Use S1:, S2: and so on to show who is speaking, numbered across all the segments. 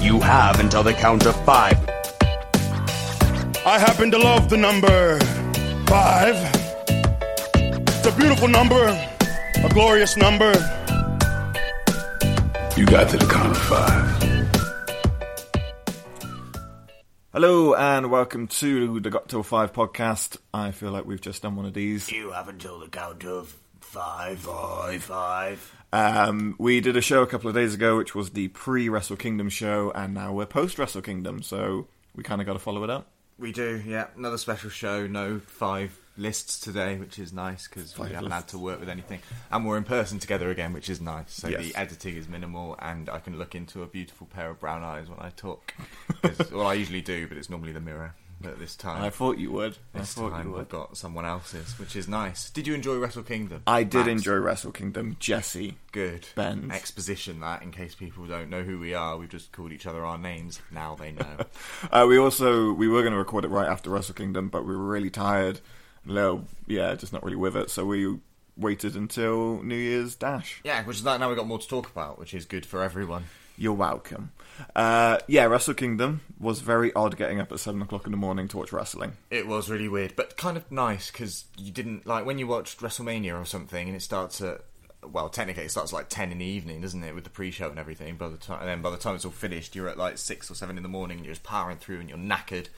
S1: You have until the count of five.
S2: I happen to love the number five. It's a beautiful number, a glorious number.
S3: You got to the count of five.
S4: Hello and welcome to the Got Till Five podcast. I feel like we've just done one of these.
S5: You have until the count of five, five, five.
S4: Um, we did a show a couple of days ago, which was the pre Wrestle Kingdom show, and now we're post Wrestle Kingdom, so we kind of got to follow it up.
S6: We do, yeah. Another special show. No five lists today, which is nice because we haven't had to work with anything, and we're in person together again, which is nice. So
S4: Yes.
S6: the editing is minimal, and I can look into a beautiful pair of brown eyes when I talk. 'Cause- well, I usually do, but it's normally the mirror. But this time,
S4: I thought you would. I
S6: this
S4: thought you
S6: time I've
S4: would.
S6: got someone else's, which is nice. Did you enjoy Wrestle Kingdom?
S4: I did
S6: Max?
S4: enjoy Wrestle Kingdom. Jesse,
S6: Good.
S4: Benz.
S6: Exposition that in case people don't know who we are. We've just called each other our names. Now they know.
S4: Uh, we also we were going to record it right after Wrestle Kingdom, but we were really tired. Lil, yeah, just not really with it. So we waited until New Year's Dash.
S6: yeah, which is that. Now we've got more to talk about, which is good for everyone.
S4: You're welcome. Uh, yeah, Wrestle Kingdom was very odd. Getting up at seven o'clock in the morning to watch wrestling.
S6: It was really weird, but kind of nice because you didn't like when you watched WrestleMania or something, and it starts at well, technically it starts at, like ten in the evening, doesn't it, with the pre-show and everything. By the time, and then by the time it's all finished, you're at like six or seven in the morning, and you're just powering through, and you're knackered.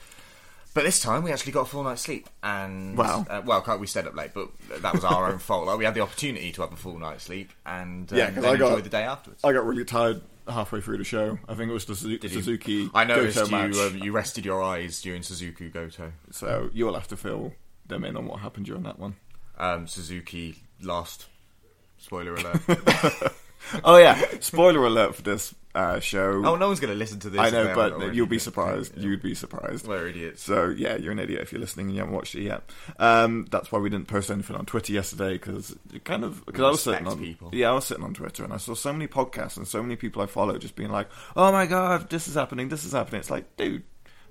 S6: But this time we actually got a full night's sleep, and
S4: Wow.
S6: uh, well, kind of- we stayed up late, but that was our own fault. Like we had the opportunity to have a full night's sleep, and um,
S4: Yeah, 'cause
S6: then
S4: I got-
S6: enjoy the day afterwards.
S4: I got really tired halfway through the show. I think it was the Suzu-
S6: Did you-
S4: Suzuki.
S6: I noticed
S4: Goto
S6: you
S4: match.
S6: um, you rested your eyes during Suzuki Goto.
S4: so you'll have to fill them in on what happened during that one.
S6: Um, Suzuki lost. Spoiler alert.
S4: Oh yeah, spoiler alert for this uh, show.
S6: Oh, no one's going to listen to this.
S4: I
S6: if they
S4: know,
S6: haven't
S4: but
S6: already.
S4: you'll be surprised. You'd be surprised.
S6: We're idiots.
S4: So yeah, you're an idiot if you're listening and you haven't watched it yet. Um, that's why we didn't post anything on Twitter yesterday because it kind of because I was
S6: respect
S4: sitting on
S6: people.
S4: yeah I was sitting on Twitter and I saw so many podcasts and so many people I follow just being like, oh my god, this is happening, this is happening. It's like, dude,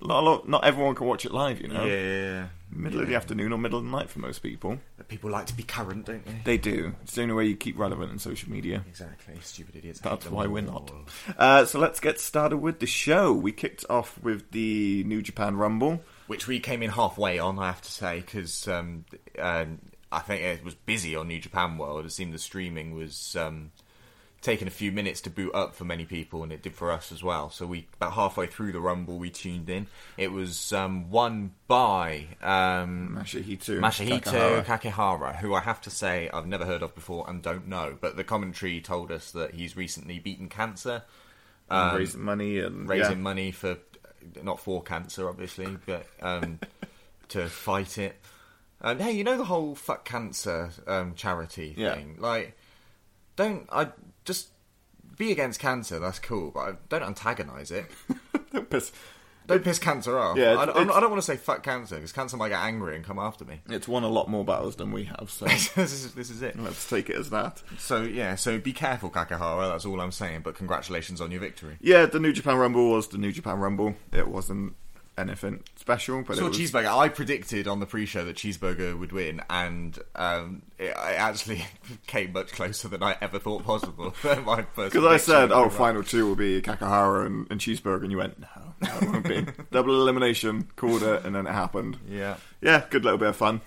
S4: not a lot, not everyone can watch it live, you know.
S6: Yeah.
S4: Middle of the afternoon or middle of the night for most people.
S6: But People like to be current, don't they?
S4: They do. It's the only way you keep relevant in social media.
S6: Exactly. Stupid idiots.
S4: That's
S6: Hate them
S4: why we're
S6: all.
S4: not. Uh, so let's get started with the show. We kicked off with the New Japan Rumble.
S6: Which we came in halfway on, I have to say, because um, um, I think it was busy on New Japan World. It seemed the streaming was um, taking a few minutes to boot up for many people, and it did for us as well. So we about halfway through the Rumble, we tuned in. It was um, won by um,
S4: Masahito Takahara.
S6: Masahito Kakehara. who I have to say I've never heard of before and don't know, but the commentary told us that he's recently beaten cancer,
S4: And raising money and
S6: raising
S4: yeah.
S6: money for uh, not for cancer, obviously, but um, to fight it. And hey, you know the whole fuck cancer um, charity
S4: Yeah.
S6: thing, like don't I just be against cancer? That's cool, but don't antagonize it.
S4: Piss.
S6: Don't piss cancer off.
S4: Yeah,
S6: I,
S4: it's-
S6: don't- I'm not-
S4: it's-
S6: I don't want to say fuck cancer because cancer might get angry and come after me.
S4: It's won a lot more battles than we have, so
S6: this, is, this is it.
S4: let's take it as that.
S6: So yeah, so be careful, Kakahara. That's all I'm saying. But congratulations on your victory.
S4: Yeah, the New Japan Rumble was the New Japan Rumble. It wasn't anything special, but
S6: So
S4: it was
S6: cheeseburger. I predicted on the pre-show that cheeseburger would win, and um, it, it actually came much closer than I ever thought possible. My first
S4: because I
S6: prediction
S4: said, "Oh,
S6: was right.
S4: final two will be Kakahara and, and Cheeseburger," and you went, "No, no, it won't be." Double elimination, called it, and then it happened.
S6: Yeah.
S4: yeah, good little bit of fun.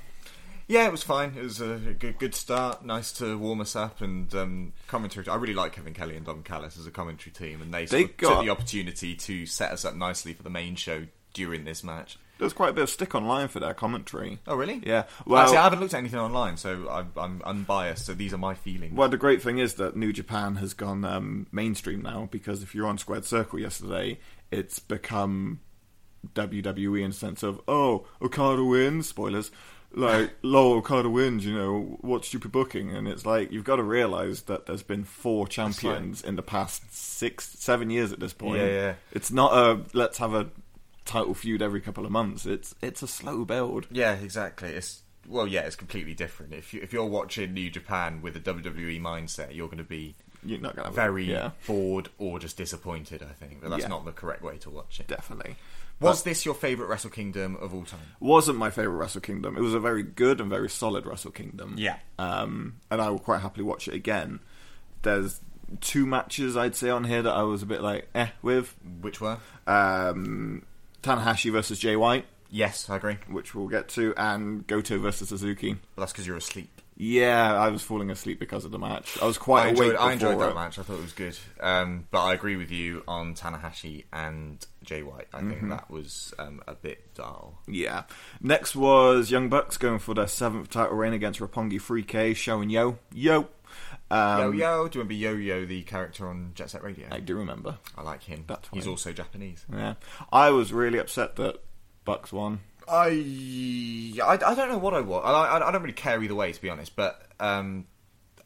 S6: Yeah, it was fine. It was a good, good start. Nice to warm us up and um, commentary. I really like Kevin Kelly and Don Callis as a commentary team, and they, sort of
S4: got-
S6: took the opportunity to set us up nicely for the main show during this match.
S4: There was quite a bit of stick online for their commentary.
S6: Oh, really?
S4: Yeah.
S6: Well,
S4: Well,
S6: Actually, I haven't looked at anything online, so I'm, I'm unbiased. So these are my feelings.
S4: Well, the great thing is that New Japan has gone um, mainstream now because if you're on Squared Circle yesterday, it's become WWE in the sense of oh Okada wins spoilers like lol Okada wins you know what stupid booking and it's like you've got to realize that there's been four champions in the past six seven years at this point
S6: Yeah, yeah.
S4: it's not a let's have a title feud every couple of months it's it's a slow build
S6: Yeah, exactly. It's well, yeah, it's completely different. If you, if you're watching New Japan with a WWE mindset, you're going to be
S4: you're not gonna have a-
S6: very
S4: yeah
S6: bored or just disappointed. I think, but that's
S4: Yeah.
S6: not the correct way to watch it.
S4: definitely
S6: Was this your favorite Wrestle Kingdom of all time?
S4: wasn't my favorite Wrestle Kingdom. It was a very good and very solid Wrestle Kingdom.
S6: Yeah.
S4: Um, and I will quite happily watch it again. There's two matches I'd say on here that I was a bit like eh with.
S6: Which were?
S4: Um, Tanahashi versus Jay White,
S6: Yes, I agree.
S4: which we'll get to, and Goto versus Suzuki.
S6: But that's because you're asleep.
S4: Yeah, I was falling asleep because of the match. I was quite
S6: I
S4: awake.
S6: enjoyed, I enjoyed
S4: before uh,
S6: that
S4: it.
S6: match. I thought it was good. Um, but I agree with you on Tanahashi and Jay White. I
S4: Mm-hmm.
S6: think that was um, a bit dull.
S4: Yeah. Next was Young Bucks going for their seventh title reign against Roppongi 3K, showing yo yo.
S6: yo
S4: Um,
S6: Yo, do you remember Yo Yo, the character on Jet Set Radio?
S4: I
S6: I,
S4: do remember.
S6: like him.
S4: That's
S6: He's
S4: fine.
S6: also Japanese.
S4: Yeah, I was really upset that Bucks won.
S6: I, I, I don't know what I was. I, I, I don't really care either way, to be honest. But um,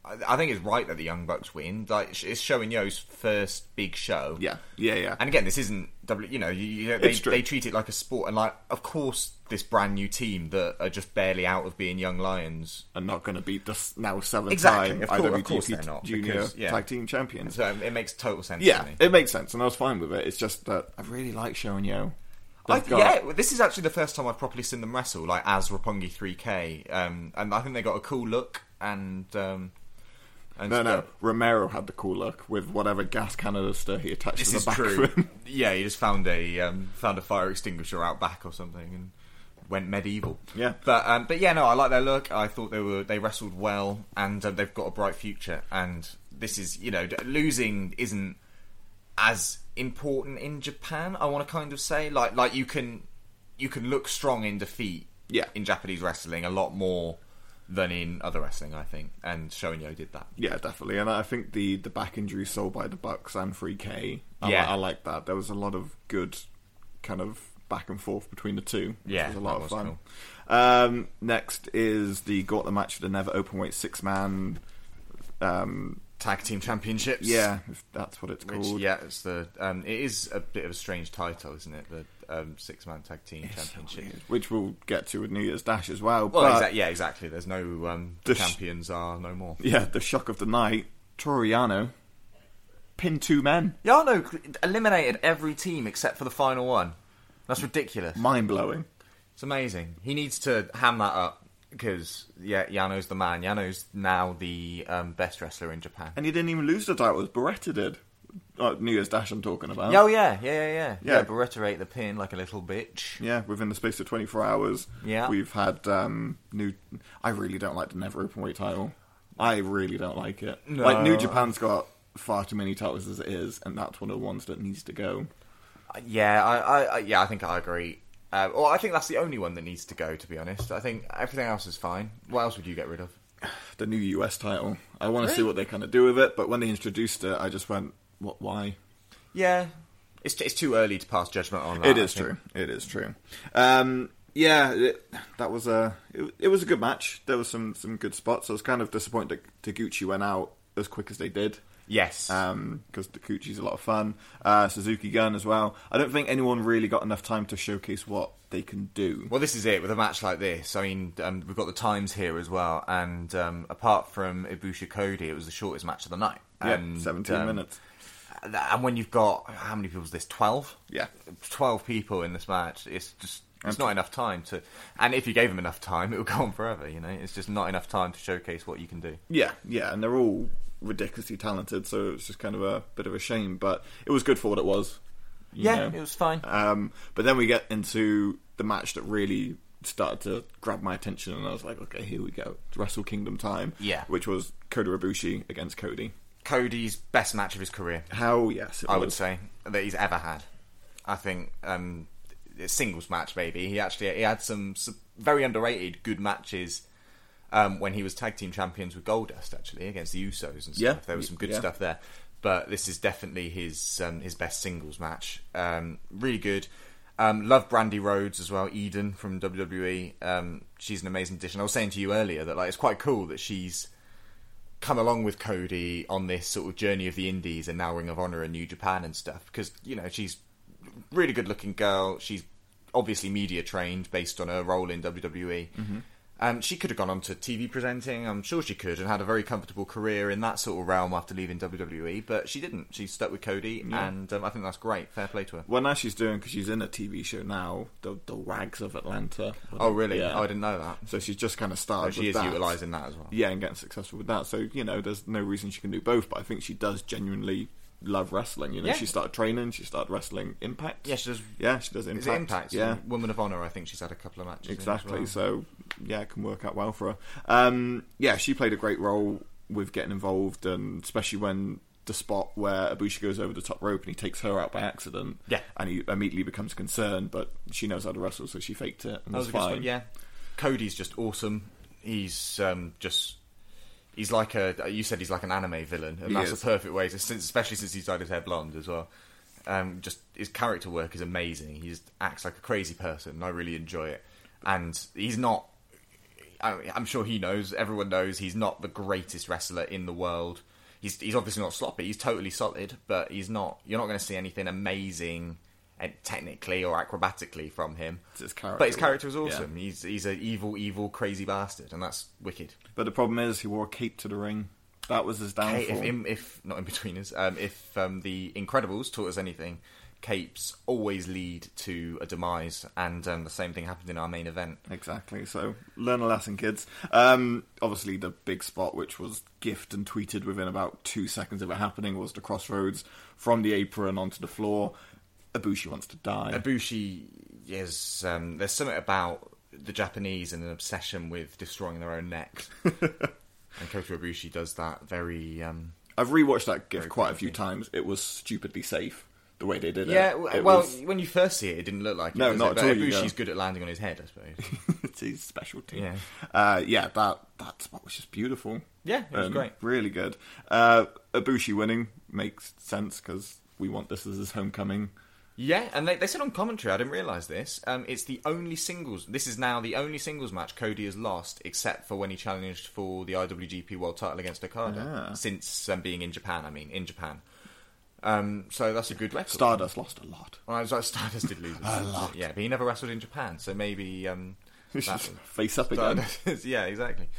S6: I, I think it's right that the Young Bucks win. Like sh- it's showing Yo's first big show.
S4: Yeah, yeah, yeah.
S6: And again, this isn't W. You know, you, you, they,
S4: It's true.
S6: they treat it like a sport, and like, of course, this brand new team that are just barely out of being young lions.
S4: are not going to beat the s- now seven
S6: Exactly,
S4: time
S6: of course- of
S4: IWGP
S6: course they're not,
S4: Junior
S6: because- yeah.
S4: Tag Team Champions.
S6: So um, it makes total sense.
S4: yeah,
S6: to me.
S4: it makes sense, and I was fine with it. It's just that I really like showing yo.
S6: I,
S4: They've got-
S6: yeah, well, this is actually the first time I've properly seen them wrestle, like as Roppongi 3K, um, and I think they got a cool look and. Um, and
S4: No, no.
S6: stuff.
S4: Romero had the cool look with whatever gas Canada stuff he attached
S6: This
S4: to the
S6: is
S4: back
S6: true.
S4: of him.
S6: yeah, he just found a um, found a fire extinguisher out back or something and went medieval.
S4: Yeah.
S6: but um, but yeah, no, I like their look. I thought they were they wrestled well and uh, they've got a bright future. And this is you know d- losing isn't as important in Japan. I want to kind of say like like you can you can look strong in defeat.
S4: Yeah.
S6: in Japanese wrestling, a lot more than in other wrestling, I think. And Shonyo did that.
S4: Yeah, definitely. And I think the the back injury sold by the Bucks and 3K. I,
S6: Yeah.
S4: I like that. There was a lot of good kind of back and forth between the two. which
S6: Yeah,
S4: was a lot
S6: that
S4: of
S6: was
S4: fun. Um, next is the got the match for the never open weight six man. Um,
S6: Tag team championships.
S4: yeah, if that's what it's
S6: Which,
S4: called.
S6: yeah, it's the um, it is a bit of a strange title, isn't it? The um, six man tag team championship.
S4: Which we'll get to with New Year's Dash as well.
S6: Well,
S4: but
S6: exac- yeah, exactly. There's no um, the
S4: The sh-
S6: champions are no more.
S4: yeah, the shock of the night, Toriano pinned two men.
S6: Yano cl- eliminated every team except for the final one. That's ridiculous.
S4: Mind blowing.
S6: It's amazing. He needs to ham that up because yeah, Yano's the man. Yano's now the um, best wrestler in Japan.
S4: And he didn't even lose the title, as Beretta did. Uh, New Year's Dash, I'm talking about.
S6: Oh yeah, yeah, yeah, yeah.
S4: Yeah.
S6: Yeah, but reiterate the pin like a little bitch.
S4: Yeah, within the space of 24 hours,
S6: Yeah.
S4: we've had um, new. I really don't like the never open weight title. I really don't like it.
S6: No.
S4: Like New Japan's got far too many titles as it is, and that's one of the ones that needs to go.
S6: Yeah, I, I, I yeah, I think I agree. Uh, well, I think that's the only one that needs to go. To be honest, I think everything else is fine. What else would you get rid of?
S4: The new US title. I want to see what they kind of do with it, but when they introduced it, I just went, "What? Why?"
S6: Yeah, it's t- it's too early to pass judgment on that.
S4: it
S6: I
S4: is
S6: think.
S4: true. It is true. Um, yeah, it, that was a it, it was a good match. There was some some good spots. I was kind of disappointed that Taguchi went out as quick as they did.
S6: Yes,
S4: because um, the Coochie's a lot of fun. Uh, Suzuki Gun as well. I don't think anyone really got enough time to showcase what they can do.
S6: Well, this is it with a match like this. I mean, um, we've got the times here as well, and um, apart from Ibushi Cody, it was the shortest match of the night.
S4: Yeah,
S6: And,
S4: 17
S6: um,
S4: minutes.
S6: th- And when you've got how many people is this? Twelve.
S4: Yeah.
S6: twelve people in this match. It's just it's
S4: And-
S6: not enough time to. And if you gave them enough time, it would go on forever. You know, it's just not enough time to showcase what you can do.
S4: Yeah, yeah, and they're all ridiculously talented, so it's just kind of a bit of a shame. But it was good for what it was. you
S6: yeah,
S4: know.
S6: it was fine.
S4: Um, but then we get into the match that really started to grab my attention, and I was like, okay, here we go, It's Wrestle Kingdom time.
S6: Yeah.
S4: which was Kota Ibushi against Cody.
S6: Cody's best match of his career,
S4: How? Yes, it
S6: I
S4: was.
S6: would say, that he's ever had. I think um, a singles match, maybe. He actually he had some, s very underrated good matches um, when he was tag team champions with Goldust, actually against the Usos and stuff.
S4: Yeah.
S6: There was some good
S4: Yeah.
S6: stuff there, but this is definitely his um, his best singles match. Um, really good. Um, love Brandy Rhodes as well, Eden from WWE. Um, she's an amazing addition. I was saying to you earlier that like it's quite cool that she's come along with Cody on this sort of journey of the Indies and now Ring of Honor and New Japan and stuff because you know she's
S4: Mm-hmm.
S6: really good looking girl. She's obviously media trained based on her role in WWE, Um, she could have gone on to TV presenting, I'm sure she could, and had a very comfortable career in that sort of realm after leaving WWE, but she didn't. She stuck with Cody, and um, I think that's great. Fair play to her.
S4: Well, now she's doing because she's in a TV show now, the the Wags of Atlanta.
S6: Oh, really?
S4: Yeah.
S6: Oh, I didn't know that.
S4: So she's just kind of started.
S6: So she
S4: with
S6: is
S4: that.
S6: utilising that as well.
S4: Yeah, and getting successful with that. So you know, there's no reason she can do both. But I think she does genuinely love wrestling. You know,
S6: Yeah.
S4: she started training. She started wrestling Impact.
S6: Yeah, she does-
S4: Yeah, she does Impact.
S6: Is it Impact?
S4: Yeah,
S6: Woman of Honor, I think she's had a couple of matches. in as
S4: Exactly.
S6: well.
S4: So yeah, it can work out well for her. Um, yeah, she played a great role with getting involved, and especially when the spot where Abushi goes over the top rope and he takes her out by accident.
S6: Yeah.
S4: and he immediately becomes concerned, but she knows how to wrestle, so she faked it and
S6: That
S4: was,
S6: was a good
S4: fine.
S6: spot, Yeah, Cody's just awesome. He's um, just he's like a you said he's like an anime villain, and
S4: He
S6: that's
S4: is.
S6: the perfect way to since especially since he's dyed his hair blonde as well. Um, just his character work is amazing. He just acts like a crazy person, and I really enjoy it. And he's not. I- I'm sure he knows. Everyone knows he's not the greatest wrestler in the world. He's he's obviously not sloppy. He's totally solid, but he's not. You're not going to see anything amazing, eh, technically or acrobatically from him.
S4: It's his character.
S6: But his character is
S4: Yeah.
S6: awesome. He's he's an evil, evil, crazy bastard, and that's wicked.
S4: But the problem is, he wore a cape to the ring. That was his downfall.
S6: Hey, if, in, if not in between us, um, if um, the Incredibles taught us anything, capes always lead to a demise, and um, the same thing happened in our main event.
S4: Exactly. So learn a lesson, kids. Um, obviously, the big spot, which was gift and tweeted within about two seconds of it happening, was the crossroads from the apron onto the floor. Ibushi wants to die.
S6: Ibushi is um, there's something about the Japanese and an obsession with destroying their own necks, and Kota Ibushi does that very. Um,
S4: I've rewatched that gift quite a few times. It was stupidly safe the way they did it.
S6: yeah,
S4: It
S6: w well,
S4: was-
S6: when you first see it, it didn't look like it.
S4: No,
S6: does
S4: not
S6: it?
S4: at
S6: But
S4: all, you
S6: Ibushi's
S4: know.
S6: good at landing on his head, I suppose.
S4: it's his specialty.
S6: Yeah.
S4: uh, yeah. That that spot was just beautiful.
S6: Yeah, it was
S4: Um,
S6: great.
S4: really good. Uh, Ibushi winning makes sense because we want this as his homecoming.
S6: Yeah, and they, they said on commentary, I didn't realise this. Um, it's the only singles. This is now the only singles match Cody has lost, except for when he challenged for the IWGP World Title against
S4: Ah.
S6: Okada. Since um, being in Japan, I mean, in Japan. Um, so that's a good record.
S4: Stardust lost a lot.
S6: Well, I was like, Stardust did lose. a lot. Yeah, but he never wrestled in Japan, so maybe um, that-
S4: Face up again.
S6: Stardust- yeah, exactly.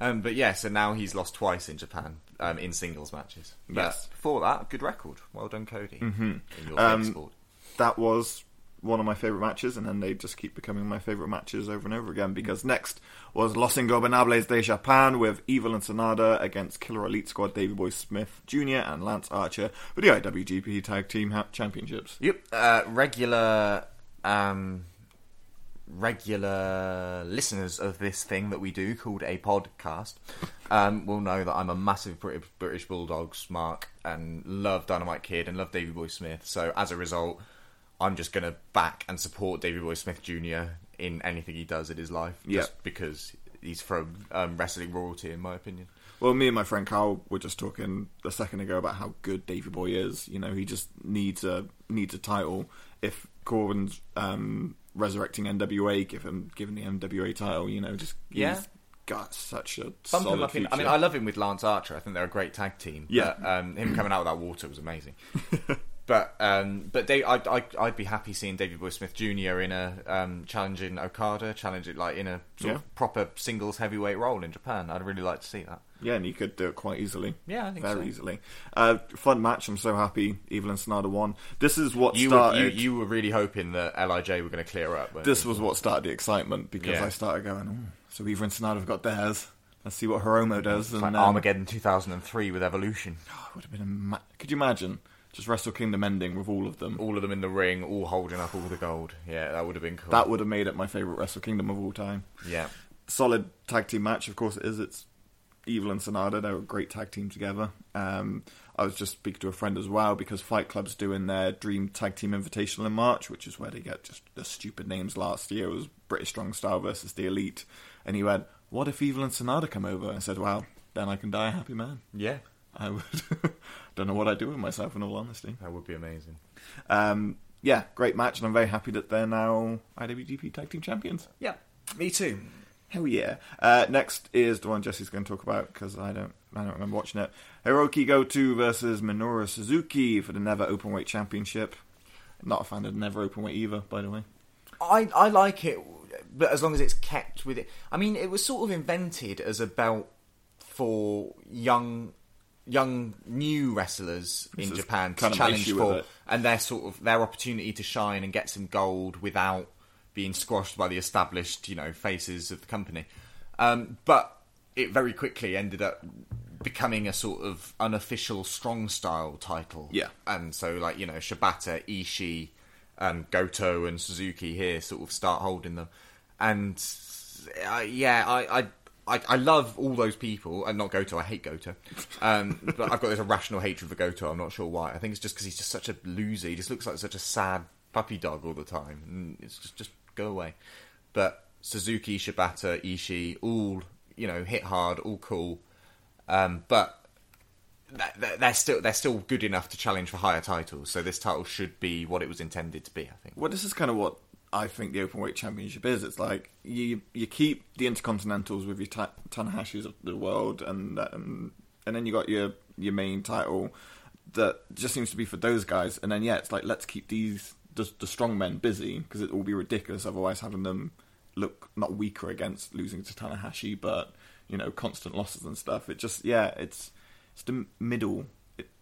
S6: Um, but yeah, so now he's lost twice in Japan um, in singles matches. But
S4: Yes.
S6: Before that, good record. Well done, Cody. In your
S4: Um,
S6: sport.
S4: that was one of my favorite matches, and then they just keep becoming my favorite matches over and over again. Because next was Los Ingobernables de Japan with Evil and Sonada against Killer Elite Squad, Davey Boy Smith Jr. and Lance Archer for the IWGP Tag Team ha- Championships.
S6: Yep. Uh, regular, um, regular listeners of this thing that we do called a podcast um, will know that I'm a massive Brit- British Bulldogs mark and love Dynamite Kid and love Davy Boy Smith. So as a result, I'm just going to back and support Davy Boy Smith Jr. in anything he does in his life.
S4: Yep.
S6: Just because he's from um, wrestling royalty, in my opinion.
S4: Well, me and my friend Carl were just talking a second ago about how good Davy Boy is. You know, he just needs a needs a title. If Corbin's um, resurrecting NWA, give him give him the NWA title. You know, just
S6: Yeah.
S4: he's got such a
S6: Bump
S4: solid
S6: him up in, I
S4: future.
S6: mean, I love him with Lance Archer. I think they're a great tag team.
S4: Yeah.
S6: But, um, him coming out of that water was amazing. but um, but they, I, I, I'd be happy seeing David Boy Smith Jr. in a um, challenging Okada, challenging like in a sort
S4: Yeah.
S6: of proper singles heavyweight role in Japan. I'd really like to see that.
S4: Yeah, and he could do it quite easily.
S6: Yeah, I think
S4: very
S6: so.
S4: easily. Uh, fun match. I'm so happy. Evil and Sonata won. This is what
S6: You were, you,
S4: started.
S6: you were really hoping that Lij were going to clear up. weren't
S4: This
S6: you?
S4: was what started the excitement because
S6: Yeah.
S4: I started going. Oh, so Evil and Sonata have got theirs. Let's see what Hiromo does.
S6: It's
S4: and um,
S6: like
S4: then-
S6: Armageddon 2003 with Evolution.
S4: Oh, it would have been. A ma- could you imagine just Wrestle Kingdom ending with all of them?
S6: All of them in the ring, all holding up all the gold. Yeah, that would have been cool.
S4: That would have made it my favorite Wrestle Kingdom of all time.
S6: yeah.
S4: solid tag team match. Of course, it is. It's Evil and Sonata. They're a great tag team together. Um, I was just speaking to a friend as well because Fight Club's doing their Dream Tag Team Invitational in March, which is where they get just the stupid names. Last year it was British Strong Style versus the Elite, and he went, "What if Evil and Sonata come over?" I said, "Well, then I can die a happy man."
S6: Yeah.
S4: I would. Don't know what I'd do with myself, in all honesty.
S6: That would be amazing.
S4: Um, yeah, great match, and I'm very happy that they're now IWGP Tag Team Champions.
S6: Yeah. Me too.
S4: Hell yeah! Uh, next is the one Jesse's going to talk about because I don't, I don't remember watching it. Hiroki Goto versus Minoru Suzuki for the Never Openweight Championship. Not a fan of the Never Openweight either, by the way.
S6: I, I like it but as long as it's kept with it. I mean, it was sort of invented as a belt for young, young new wrestlers in
S4: is
S6: Japan to
S4: kind of my
S6: challenge
S4: issue with
S6: for,
S4: it.
S6: and their sort of their opportunity to shine and get some gold without being squashed by the established, you know, faces of the company. Um, but it very quickly ended up becoming a sort of unofficial strong style title.
S4: Yeah.
S6: And so, like, you know, Shibata, Ishii, um, Goto, and Suzuki here sort of start holding them. And uh, yeah, I, I, I, I love all those people. And not Goto, I hate Goto. Um, but I've got this irrational hatred for Goto. I'm not sure why. I think it's just because he's just such a loser. He just looks like such a sad puppy dog all the time. And it's just, just go away. But Suzuki, Shibata, Ishii, all, you know, hit hard, all cool. Um, but that- that- they're still they're still good enough to challenge for higher titles. So this title should be what it was intended to be. I think.
S4: Well, this is kind of what I think the open weight championship is. It's like you you keep the intercontinentals with your ta- Tanahashi's of the world, and um, and then you got your your main title that just seems to be for those guys. And then yeah, it's like let's keep these the, the strong men busy because it will be ridiculous otherwise having them look not weaker against losing to Tanahashi, but you know constant losses and stuff. It just yeah, it's it's the middle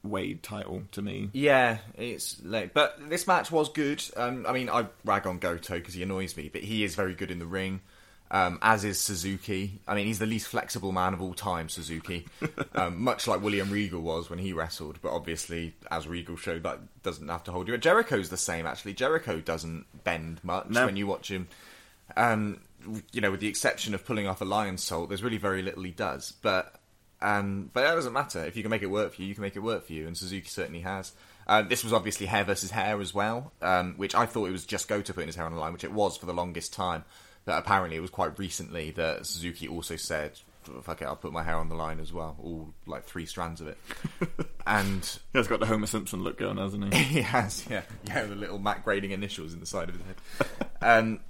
S4: weight title to me.
S6: Yeah, it's late, but this match was good. Um, I mean, I rag on Goto because he annoys me, but he is very good in the ring. Um, as is Suzuki. I mean, he's the least flexible man of all time, Suzuki. um, much like William Regal was when he wrestled, but obviously, as Regal showed, that doesn't have to hold you. Jericho's the same, actually. Jericho doesn't bend much
S4: No.
S6: when you watch him. um, you know, with the exception of pulling off a lion's salt, there's really very little he does. But um, but that doesn't matter. If you can make it work for you, you can make it work for you, and Suzuki certainly has. Uh, this was obviously hair versus hair as well, um, which I thought it was just Go to putting his hair on the line, which it was for the longest time. But apparently, it was quite recently that Suzuki also said, "Fuck it, I'll put my hair on the line as well." All like three strands of it, and
S4: He's got the Homer Simpson look going, hasn't he?
S6: he has, yeah. Yeah, the little Matt grading initials in the side of his head. Um,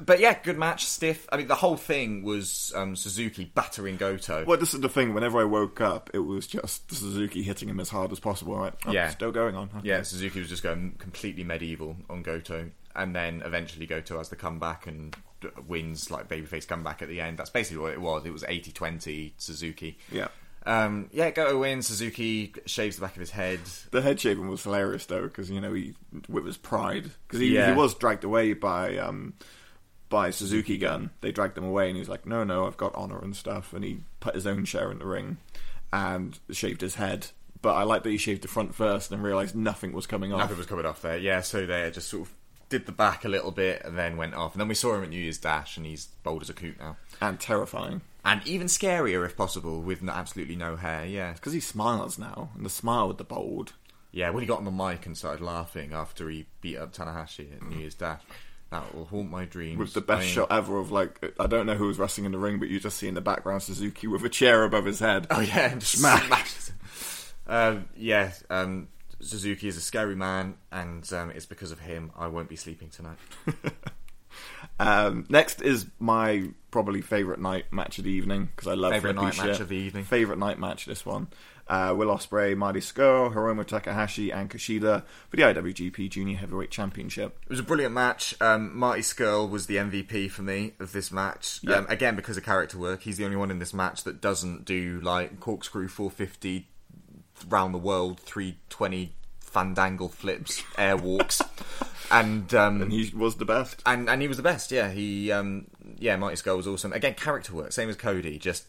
S6: but yeah, good match, stiff. I mean, the whole thing was um, Suzuki battering Goto.
S4: Well, this is the thing. Whenever I woke up, it was just Suzuki hitting him as hard as possible. Right? Oh,
S6: Yeah.
S4: still going on. Okay.
S6: Yeah, Suzuki was just going completely medieval on Goto, and then eventually Goto has the comeback and d- wins, like babyface comeback at the end. That's basically what it was. It was 80 20 Suzuki.
S4: Yeah.
S6: Um, yeah, Goto wins. Suzuki shaves the back of his head.
S4: The head shaving was hilarious though, because you know he with his pride, because he,
S6: Yeah.
S4: he was dragged away by um by Suzuki Gun. They dragged him away, and he was like, "No, no, I've got honor and stuff." And he put his own share in the ring and shaved his head. But I like that he shaved the front first and realized nothing was coming off.
S6: Nothing was coming off there. Yeah, so they just sort of did the back a little bit and then went off. And then we saw him at New Year's Dash, and he's bold as a coot now.
S4: and terrifying
S6: And even scarier, if possible, with n- absolutely no hair. Yeah.
S4: because he smiles now, and the smile with the bold.
S6: Yeah, when he got on the mic and started laughing after he beat up Tanahashi at New Year's Dash, that will haunt my dreams.
S4: with the best
S6: I mean-
S4: shot ever of like I don't know who was wrestling in the ring, but you just see in the background Suzuki with a chair above his head.
S6: Oh yeah, and just
S4: Smash.
S6: smashes. um, yeah, um, Suzuki is a scary man, and um, it's because of him I won't be sleeping tonight.
S4: Um, next is my probably favorite night match of the evening because I love
S6: Favourite night
S4: Felicia.
S6: match of the evening.
S4: Favorite night match this one. Uh, Will Ospreay, Marty Skrull, Hiromu Takahashi, and Kushida for the IWGP Junior Heavyweight Championship.
S6: It was a brilliant match. Um, Marty Skrull was the MVP for me of this match. Um, again, because of character work, he's the only one in this match that doesn't do like corkscrew 450 round the world 320 fandangle flips, air walks, and um,
S4: He was the best.
S6: and and he was the best. Yeah, he um yeah, Marty Skull was awesome. Again, character work, same as Cody, just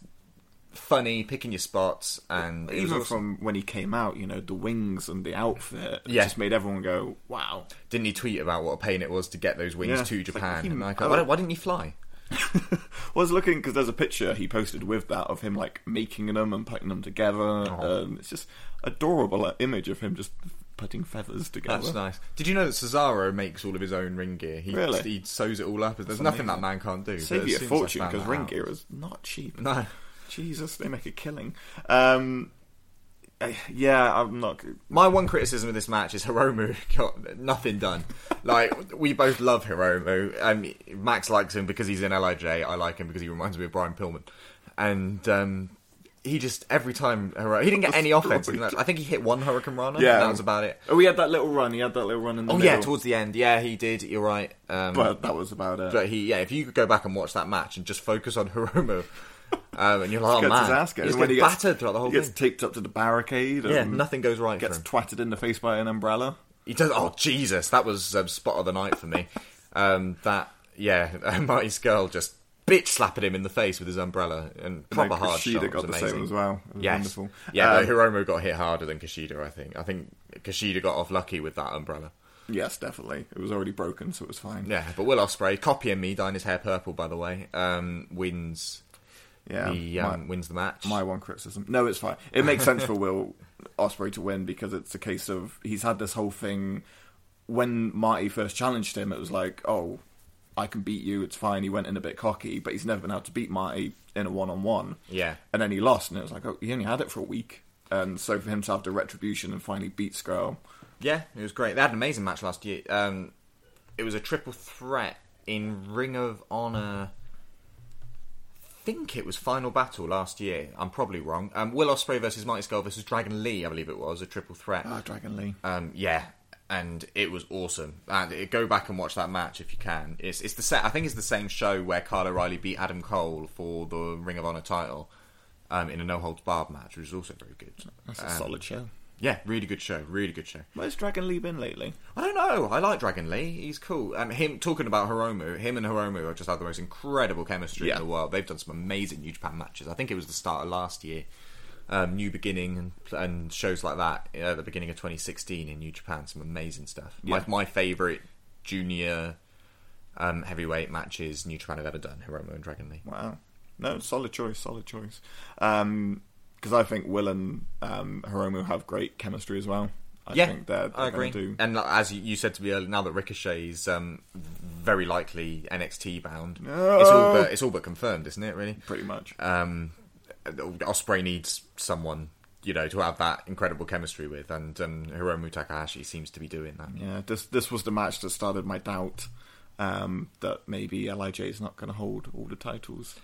S6: funny, picking your spots, and it was
S4: Even
S6: awesome.
S4: from when he came out, you know, the wings and the outfit it
S6: Yeah.
S4: just made everyone go, wow.
S6: didn't he tweet about what a pain it was to get those wings
S4: Yeah.
S6: to
S4: It's like,
S6: Japan?
S4: he-
S6: and I go, why, don't- why didn't you fly?
S4: was looking because there's a picture he posted with that of him like making them and putting them together.
S6: Oh.
S4: Um, it's just adorable uh, image of him just putting feathers together.
S6: That's nice. Did you know that Cesaro makes all of his own ring gear? He,
S4: Really?
S6: He sews it all up. There's nothing that man can't do.
S4: Save
S6: but
S4: you a
S6: as soon as I
S4: fortune
S6: found
S4: because
S6: that
S4: ring
S6: out-
S4: gear is not cheap.
S6: No.
S4: Jesus, they make a killing. Um, I- yeah, I'm not.
S6: My one criticism of this match is Hiromu got nothing done. Like we both love Hiromu. Um, Max likes him because he's in Lij. I like him because he reminds me of Brian Pillman. And um, he just every time Hurricane, he didn't get any offense. in that. I think he hit one Hurricane Rana.
S4: Yeah.
S6: that was about it.
S4: Oh, he had that little run. He had that little run in the
S6: Oh
S4: middle.
S6: yeah, towards the end, yeah, he did. You're right. Um,
S4: but that was about it.
S6: But he, yeah, if you could go back and watch that match and just focus on Hiromu, um, and you're like, oh
S4: gets
S6: man,
S4: his ass kicked.
S6: he's
S4: And when
S6: getting battered throughout the whole
S4: he gets
S6: thing.
S4: taped up to the barricade.
S6: yeah,
S4: and
S6: nothing goes right
S4: Gets
S6: for him.
S4: twatted in the face by an umbrella.
S6: He does. Oh Jesus, that was um, spot of the night for me. um, that yeah, Marty Skrull just bitch slapping him in the face with his umbrella and
S4: And then
S6: proper hard
S4: Kushida
S6: shot.
S4: got
S6: It was
S4: the same
S6: amazing.
S4: as well. It was
S6: Yes.
S4: wonderful.
S6: Yeah,
S4: Um,
S6: but Hiromu got hit harder than Kushida. I think. I think Kushida got off lucky with that umbrella.
S4: Yes, definitely. It was already broken, so it was fine.
S6: Yeah, but Will Ospreay, copying me, dyeing his hair purple, by the way, um, wins.
S4: Yeah,
S6: the, um,
S4: my-
S6: wins the match.
S4: My one criticism. No, it's fine. It makes sense for Will Osprey to win because it's a case of he's had this whole thing. When Marty first challenged him, it was like, oh, I can beat you. It's fine. He went in a bit cocky, but he's never been able to beat Marty in a one-on-one.
S6: Yeah.
S4: and then he lost, and it was like, oh, he only had it for a week. And so for him to have the retribution and finally beat Skrull,
S6: Yeah, it was great. They had an amazing match last year. Um, it was a triple threat in Ring of Honor. I think it was Final Battle last year. I'm probably wrong. Um, Will Ospreay versus Marty Skull versus Dragon Lee, I believe it was a triple threat.
S4: ah, Dragon Lee.
S6: Um, yeah, and it was awesome. And it, go back and watch that match if you can. It's it's the set. I think it's the same show where Kyle O'Reilly beat Adam Cole for the Ring of Honor title um, in a no holds barred match, which is also very good.
S4: That's a
S6: Um,
S4: solid show.
S6: Yeah, really good show. Really good show.
S4: Where's Dragon Lee been lately?
S6: I don't know. I like Dragon Lee. He's cool. Um, him talking about Hiromu. Him and Hiromu have just had the most incredible chemistry
S4: Yeah.
S6: in the world. They've done some amazing New Japan matches. I think it was the start of last year. Um, New Beginning and, and shows like that uh, at the beginning of 2016 in New Japan. Some amazing stuff.
S4: Yeah.
S6: Like my favorite junior um, heavyweight matches New Japan have ever done. Hiromu and Dragon Lee.
S4: Wow. No, solid choice, solid choice. Because I think Will and um, Hiromu have great chemistry as well. I
S6: yeah,
S4: think they're, they're
S6: I agree.
S4: Gonna do,
S6: And like, as you, you said to me earlier, now that Ricochet's um, very likely NXT bound,
S4: No.
S6: it's all but it's all but confirmed, isn't it? Really,
S4: Pretty much.
S6: Um, Osprey needs someone you know to have that incredible chemistry with, and um, Hiromu Takahashi seems to be doing that.
S4: yeah, this this was the match that started my doubt um, that maybe Lij is not going to hold all the titles.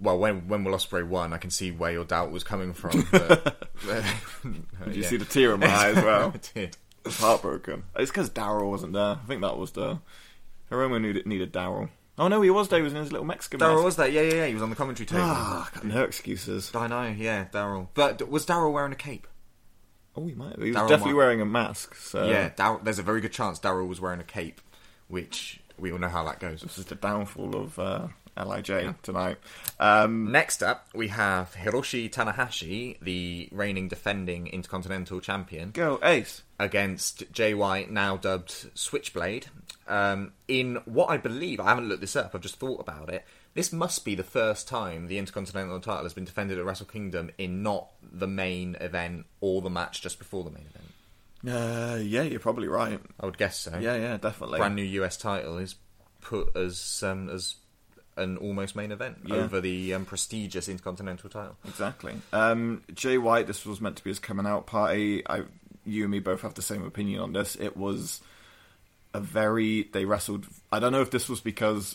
S6: Well, when when will Osprey won? I can see where your doubt was coming from. But, uh,
S4: Did you see the tear in my eye as well?
S6: I did.
S4: It's heartbroken. It's because Daryl wasn't there. I think that was the Hiromu needed, needed Daryl. Oh no, he was there. He was in his little Mexican.
S6: Daryl
S4: mask.
S6: was there. Yeah, yeah, yeah. He was on the commentary table.
S4: Ah, got no excuses.
S6: I know. Yeah, Daryl. But d- was Daryl wearing a cape?
S4: Oh, he might. Have. He was
S6: Daryl
S4: definitely
S6: might-
S4: wearing a mask. So
S6: yeah, Dar- there's a very good chance Daryl was wearing a cape, which we all know how that goes.
S4: This is the downfall of uh, Lij tonight. Um,
S6: Next up, we have Hiroshi Tanahashi, the reigning defending Intercontinental Champion,
S4: go Ace.
S6: against JY, now dubbed Switchblade, um, in what I believe, I haven't looked this up, I've just thought about it. This must be the first time the Intercontinental title has been defended at Wrestle Kingdom in not the main event or the match just before the main event.
S4: Uh, yeah, you're probably right.
S6: I would guess so.
S4: Yeah, yeah, definitely.
S6: brand new US title is put as um, as an almost main event
S4: Yeah.
S6: over the um, prestigious Intercontinental title.
S4: Exactly. Um, Jay White, this was meant to be his coming out party. I, you and me both have the same opinion on this. It was a very they wrestled. I don't know if this was because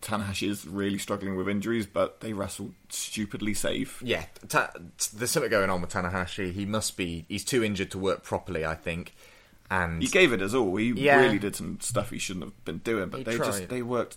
S4: Tanahashi is really struggling with injuries, but they wrestled stupidly safe.
S6: Yeah, ta- there's something going on with Tanahashi. He must be he's too injured to work properly, I think. And
S4: He gave it his all. He
S6: Yeah.
S4: really did some stuff he shouldn't have been doing, but
S6: He
S4: they just
S6: tried.
S4: they worked.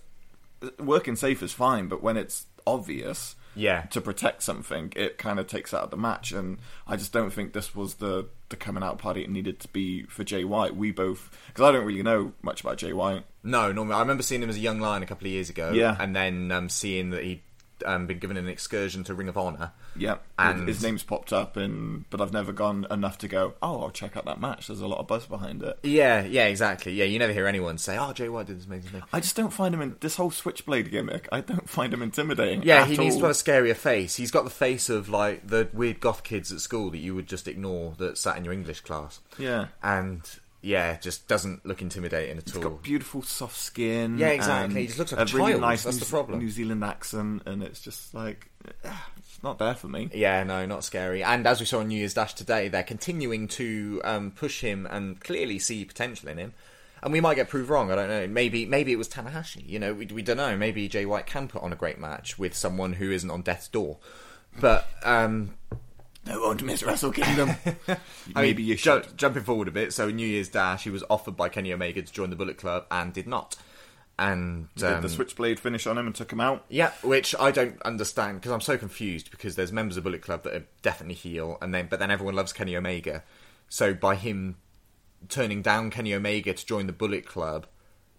S4: Working safe is fine, but when it's obvious,
S6: Yeah.
S4: to protect something, it kind of takes out of the match. And I just don't think this was the the coming out party it needed to be for Jay White. We both because I don't really know much about Jay White.
S6: no, normally I remember seeing him as a young lion a couple of years ago.
S4: Yeah.
S6: and then um, seeing that he'd um, been given an excursion to Ring of Honor.
S4: Yeah,
S6: And-
S4: his name's popped up, and but I've never gone enough to go. Oh, I'll check out that match. There's a lot of buzz behind it.
S6: Yeah, yeah, exactly. Yeah, you never hear anyone say, "Oh, Jay White did this amazing thing."
S4: I just don't find him in this whole switchblade gimmick. I don't find him intimidating.
S6: Yeah,
S4: at
S6: he needs
S4: all.
S6: to have a scarier face. He's got the face of like the weird goth kids at school that you would just ignore that sat in your English class.
S4: Yeah.
S6: And yeah, just doesn't look intimidating at
S4: He's
S6: all.
S4: got beautiful soft skin.
S6: Mm. Yeah, exactly.
S4: and
S6: He just looks like a
S4: really
S6: child.
S4: nice
S6: That's
S4: New,
S6: the problem.
S4: New Zealand accent, and it's just like ah, it's not there for me.
S6: yeah, no, not scary. And as we saw on New Year's Dash today, they're continuing to um, push him and clearly see potential in him. And we might get proved wrong. I don't know. Maybe maybe it was Tanahashi. You know, we, we don't know. Maybe Jay White can put on a great match with someone who isn't on death's door. But um,
S4: No one to miss Wrestle Kingdom.
S6: I mean,
S4: Maybe you
S6: ju-
S4: should.
S6: jumping forward a bit, so New Year's Dash, he was offered by Kenny Omega to join the Bullet Club and did not. And
S4: Did
S6: um,
S4: the switchblade finish on him and took him out?
S6: yeah, which I don't understand because I'm so confused because there's members of Bullet Club that are definitely heel, and then but then everyone loves Kenny Omega. So by him turning down Kenny Omega to join the Bullet Club,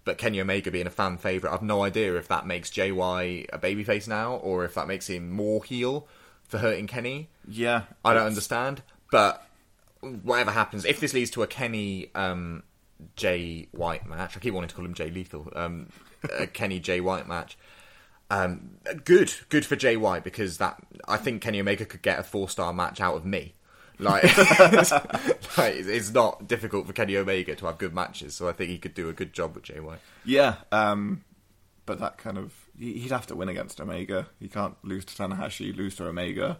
S6: but Kenny Omega being a fan favorite, I've no idea if that makes JY a babyface now or if that makes him more heel for hurting Kenny.
S4: Yeah.
S6: I don't understand. But whatever happens, if this leads to a Kenny um, J White match, I keep wanting to call him Jay Lethal, um, a Kenny J White match. Um, good, good for Jay White because that I think Kenny Omega could get a four star match out of me. Like, it's, like, it's not difficult for Kenny Omega to have good matches, so I think he could do a good job with Jay White.
S4: Yeah. Um, but that kind of he- he'd have to win against Omega. He can't lose to Tanahashi, lose to Omega.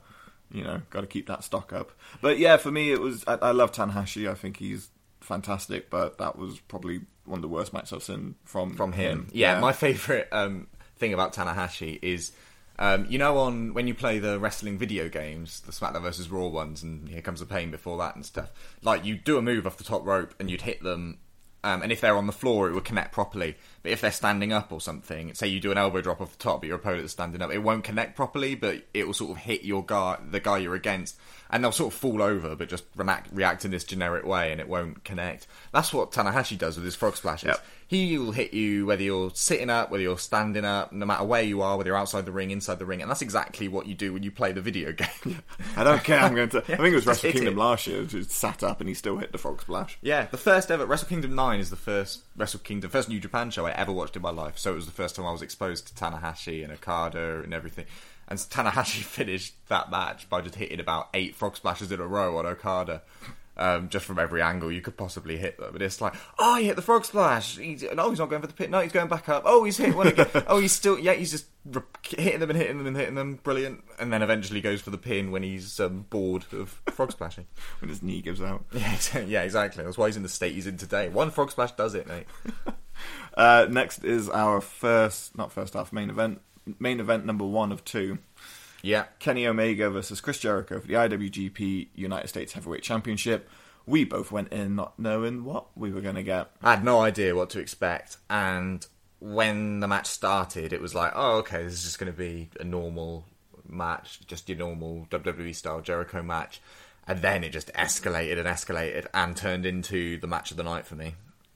S4: You know, got to keep that stock up. But yeah, for me, it was I, I love Tanahashi. I think he's fantastic. But that was probably one of the worst matches I've seen from
S6: from him. Yeah, my favorite um, thing about Tanahashi is, um, you know, on when you play the wrestling video games, the SmackDown versus Raw ones, and Here Comes the Pain before that and stuff. Like you do a move off the top rope and you'd hit them, um, and if they're on the floor, it would connect properly. But if they're standing up or something, say you do an elbow drop off the top, but your opponent's standing up, it won't connect properly, but it will sort of hit your guy, the guy you're against. And they'll sort of fall over, but just react, react in this generic way, and it won't connect. That's what Tanahashi does with his frog splashes.
S4: Yep.
S6: He will hit you whether you're sitting up, whether you're standing up, no matter where you are, whether you're outside the ring, inside the ring, and that's exactly what you do when you play the video game.
S4: I don't care. I'm going to. I think it was
S6: Just
S4: Wrestle
S6: hit
S4: Kingdom
S6: it.
S4: last year. Just sat up and he still hit the frog splash.
S6: yeah, the first ever Wrestle Kingdom Nine is the first Wrestle Kingdom, first New Japan show I ever watched in my life. So it was the first time I was exposed to Tanahashi and Okada and everything. And Tanahashi finished that match by just hitting about eight frog splashes in a row on Okada. Um, just from every angle you could possibly hit them, but it's like, oh, he hit the frog splash. He's, no, he's not going for the pit. No, he's going back up. Oh, he's hit one again. oh, he's still yeah, he's just re- hitting them and hitting them and hitting them. Brilliant. And then eventually goes for the pin when he's um, bored of frog splashing.
S4: When his knee gives out.
S6: Yeah, exa- yeah, exactly. That's why he's in the state he's in today. One frog splash does it, mate.
S4: Uh, next is our first, not first half main event, main event number one of two.
S6: Yeah.
S4: Kenny Omega versus Chris Jericho for the IWGP United States Heavyweight Championship. We both went in not knowing what we were going to get.
S6: I had no idea what to expect, and when the match started, it was like, oh, okay, this is just going to be a normal match, just your normal WWE style Jericho match. And then it just escalated and escalated and turned into the match of the night for me.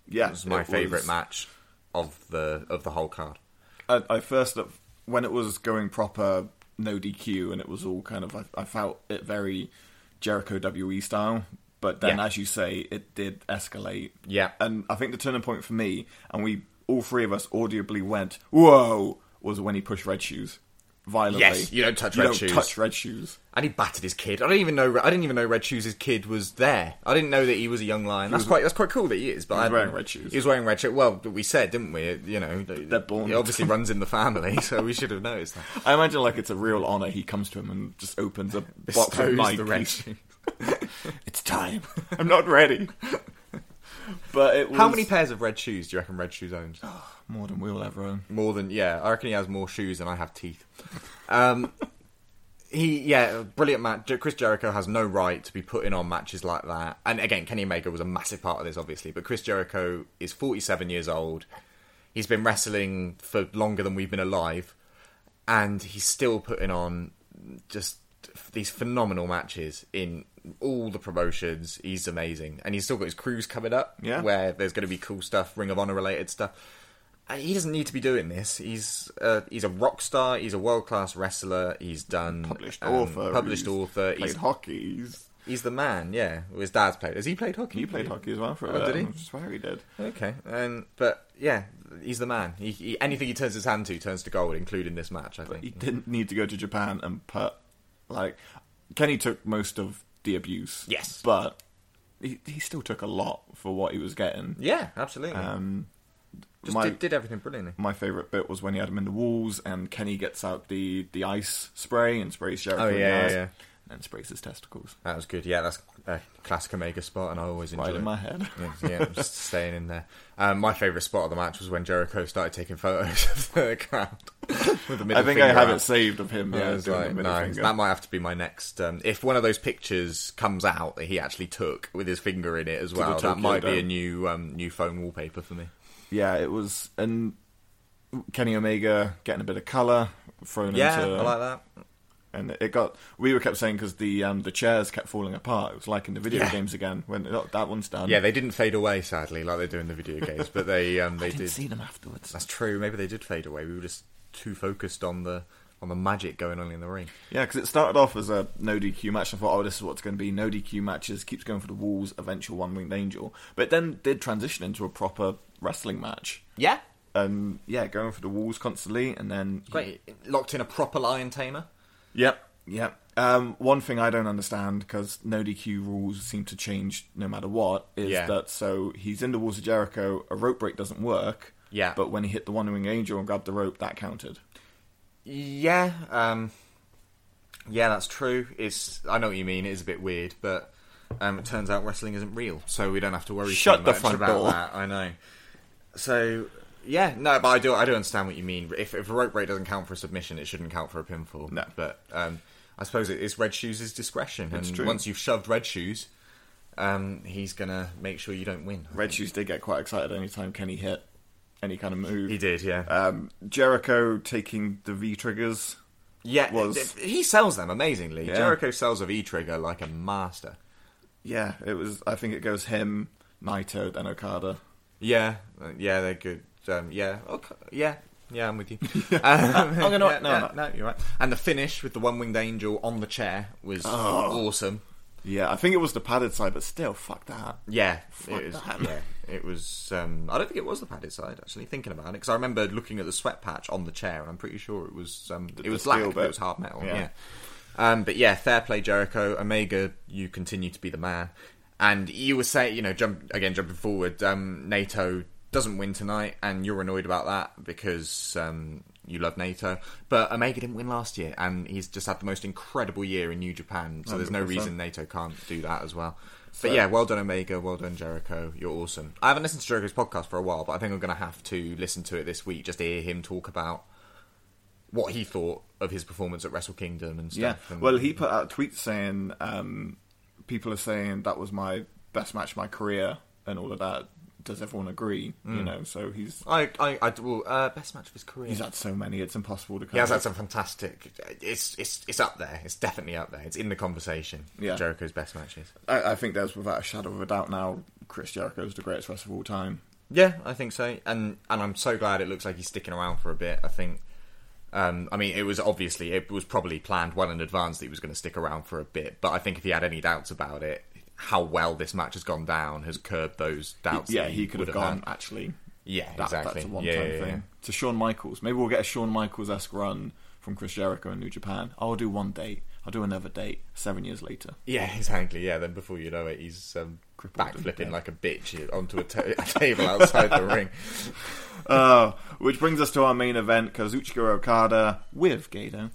S4: Yeah,
S6: it was my
S4: it
S6: favourite
S4: was.
S6: match of the of the whole card.
S4: I, I first, when it was going proper, no DQ, and it was all kind of, I, I felt it very Jericho WE style. But then,
S6: Yeah.
S4: as you say, it did escalate.
S6: Yeah.
S4: And I think the turning point for me, and we all three of us audibly went, whoa, was when he pushed red shoes violently.
S6: Yes, you don't touch red
S4: don't
S6: shoes.
S4: touch red shoes.
S6: and he battered his kid. I don't even know. I didn't even know Red Shoes' kid was there. I didn't know that he was a young lion. That's quite. That's quite cool that he is. But I-
S4: wearing red shoes.
S6: He was wearing red shoes. Well, we said, didn't we? You know,
S4: They're born.
S6: It obviously runs in the family, so we should have noticed that.
S4: I imagine like it's a real honor. He comes to him and just opens a box of
S6: Bestows
S4: Nike.
S6: the red shoes.
S4: It's time. I'm not ready. but it was
S6: How many pairs of red shoes do you reckon Red Shoes owns?
S4: more than we'll ever own.
S6: More than yeah, I reckon he has more shoes than I have teeth. Um, he yeah, brilliant match. Jer- Chris Jericho has no right to be putting on matches like that. And again, Kenny Omega was a massive part of this, obviously. But Chris Jericho is 47 years old. He's been wrestling for longer than we've been alive, and he's still putting on just these phenomenal matches in all the promotions. He's amazing, and he's still got his cruise coming up,
S4: Yeah.
S6: where there's going to be cool stuff, Ring of Honor related stuff. And he doesn't need to be doing this. He's uh, he's a rock star. He's a world class wrestler. He's done
S4: Published
S6: um,
S4: author.
S6: Published
S4: he's
S6: author.
S4: Played
S6: He's,
S4: hockey. He's,
S6: he's the man. Yeah, Well, his dad's played. Has he played hockey?
S4: he played hockey as well for a
S6: Oh,
S4: bit.
S6: did he?
S4: I swear he did.
S6: Okay, um, but yeah, he's the man. He, he, anything he turns his hand to turns to gold, including this match. I think.
S4: He didn't need to go to Japan and put like Kenny took most of the abuse.
S6: Yes.
S4: but he, he still took a lot for what he was getting.
S6: yeah, absolutely.
S4: Um,
S6: Just
S4: my-
S6: did, did everything brilliantly.
S4: my favorite bit was when he had him in the walls and Kenny gets out the, the ice spray and sprays Jericho.
S6: Oh,
S4: in the
S6: yeah,
S4: eyes.
S6: yeah, yeah.
S4: and sprays his testicles
S6: That was good. Yeah, that's a classic Omega spot, and I always enjoy
S4: right
S6: it.
S4: in my head.
S6: yeah, yeah, I'm just staying in there. Um, my favourite spot of the match was when Jericho started taking photos of the crowd with the middle
S4: I think I have
S6: it
S4: it saved of him.
S6: Yeah,
S4: uh,
S6: it's
S4: doing the
S6: like,
S4: middle
S6: nice.
S4: finger.
S6: That might have to be my next. Um, if one of those pictures comes out that he actually took with his finger in it as well, that
S4: Tokyo
S6: might be a
S4: Dome.
S6: new um, new phone wallpaper for me.
S4: yeah, it was and Kenny Omega getting a bit of color thrown into,
S6: that.
S4: and it got. We were kept saying because the um, the chairs kept falling apart. It was like in the video
S6: Yeah.
S4: games again when oh, that one's done.
S6: Yeah, they didn't fade away sadly, like they do in the video games, but they um, they
S4: I didn't
S6: did.
S4: see them afterwards.
S6: That's true. Maybe they did fade away. We were just too focused on the on the magic going on in the ring.
S4: Yeah, because it started off as a no DQ match. I thought, oh, this is what's going to be no DQ matches. Keeps going for the walls. Eventual one winged angel, but then did transition into a proper wrestling match.
S6: Yeah,
S4: Um, yeah, going for the walls constantly, and then
S6: great. Locked in a proper lion tamer.
S4: Yep, yep. Um, one thing I don't understand because no DQ rules seem to change no matter what is
S6: Yeah.
S4: that so he's in the walls of Jericho, a rope break doesn't work.
S6: Yeah.
S4: But when he hit the one wing angel and grabbed the rope, that counted.
S6: Yeah, um, yeah, that's true. It's I know what you mean. It is a bit weird, but um, it turns out wrestling isn't real, so we don't have to worry.
S4: Shut
S6: too
S4: the
S6: much
S4: front
S6: about
S4: door.
S6: that. I know. So yeah, no, but I do. I do understand what you mean. If, if a rope break doesn't count for a submission, it shouldn't count for a pinfall.
S4: No.
S6: but um, I suppose it is Red Shoes' discretion, and
S4: true.
S6: once you've shoved Red Shoes, um, he's gonna make sure you don't win.
S4: Red Shoes did get quite excited anytime Kenny hit any kind of move.
S6: He did, yeah.
S4: Um, Jericho taking the V triggers.
S6: yeah,
S4: was-
S6: th- th- he sells them amazingly.
S4: Yeah.
S6: Jericho sells a V trigger like a master.
S4: Yeah, it was. I think it goes him, Naito, then Okada.
S6: Yeah, uh, yeah, they're good. Um, yeah, okay, yeah, yeah, I'm with you. um,
S4: I'm gonna-
S6: yeah,
S4: no,
S6: yeah, no, you're right. And the finish with the one winged angel on the chair was
S4: Oh.
S6: awesome.
S4: Yeah, I think it was the padded side, but still, fuck that.
S6: Yeah,
S4: Fuck
S6: it was.
S4: that.
S6: Yeah, it was. Um, I don't think it was the padded side. Actually, thinking about it, because I remember looking at the sweat patch on the chair, and I'm pretty sure it was. Um, it
S4: the
S6: was
S4: steel
S6: black. But
S4: bit.
S6: it was hard metal. Yeah.
S4: Yeah.
S6: Um, but yeah, fair play, Jericho. Omega, you continue to be the man. And you were saying, you know, jump again, jumping forward. Um, NATO doesn't win tonight, and you're annoyed about that because um, you love NATO. But Omega didn't win last year, and he's just had the most incredible year in New Japan. So there's no
S4: 100%.
S6: reason NATO can't do that as well. But yeah, well done Omega, well done Jericho. You're awesome. I haven't listened to Jericho's podcast for a while, but I think I'm going to have to listen to it this week just to hear him talk about what he thought of his performance at Wrestle Kingdom and
S4: Yeah.
S6: stuff. and-
S4: Well, he put out a tweet saying um, people are saying that was my best match of my career and all of that. Does everyone agree?
S6: Mm.
S4: You know, so he's
S6: I, I, I well, uh, best match of his career.
S4: he's had so many, it's impossible to.
S6: he has
S4: count.
S6: had some fantastic. It's it's it's up there. It's definitely up there. It's in the conversation.
S4: Yeah.
S6: Jericho's best matches.
S4: I, I think there's without a shadow of a doubt now. Chris Jericho's the greatest wrestler of all time.
S6: Yeah, I think so. And and I'm so glad it looks like he's sticking around for a bit. I think. Um, I mean, it was obviously it was probably planned well in advance that he was going to stick around for a bit. But I think if he had any doubts about it, how well this match has gone down has curbed those doubts.
S4: yeah,
S6: that
S4: he could
S6: would
S4: have gone
S6: had.
S4: actually.
S6: Yeah,
S4: that-
S6: exactly.
S4: That's a one-time
S6: Yeah, yeah, yeah.
S4: thing. To Shawn Michaels, maybe we'll get a Shawn Michaels esque run from Chris Jericho in New Japan. I'll do one date. I'll do another date seven years later.
S6: Yeah, exactly. Yeah, then before you know it, he's um,
S4: Crippled
S6: back
S4: and
S6: flipping
S4: dead.
S6: like a bitch onto a, ta- a table outside the ring.
S4: Uh, which brings us to our main event: Kazuchika Okada with Gato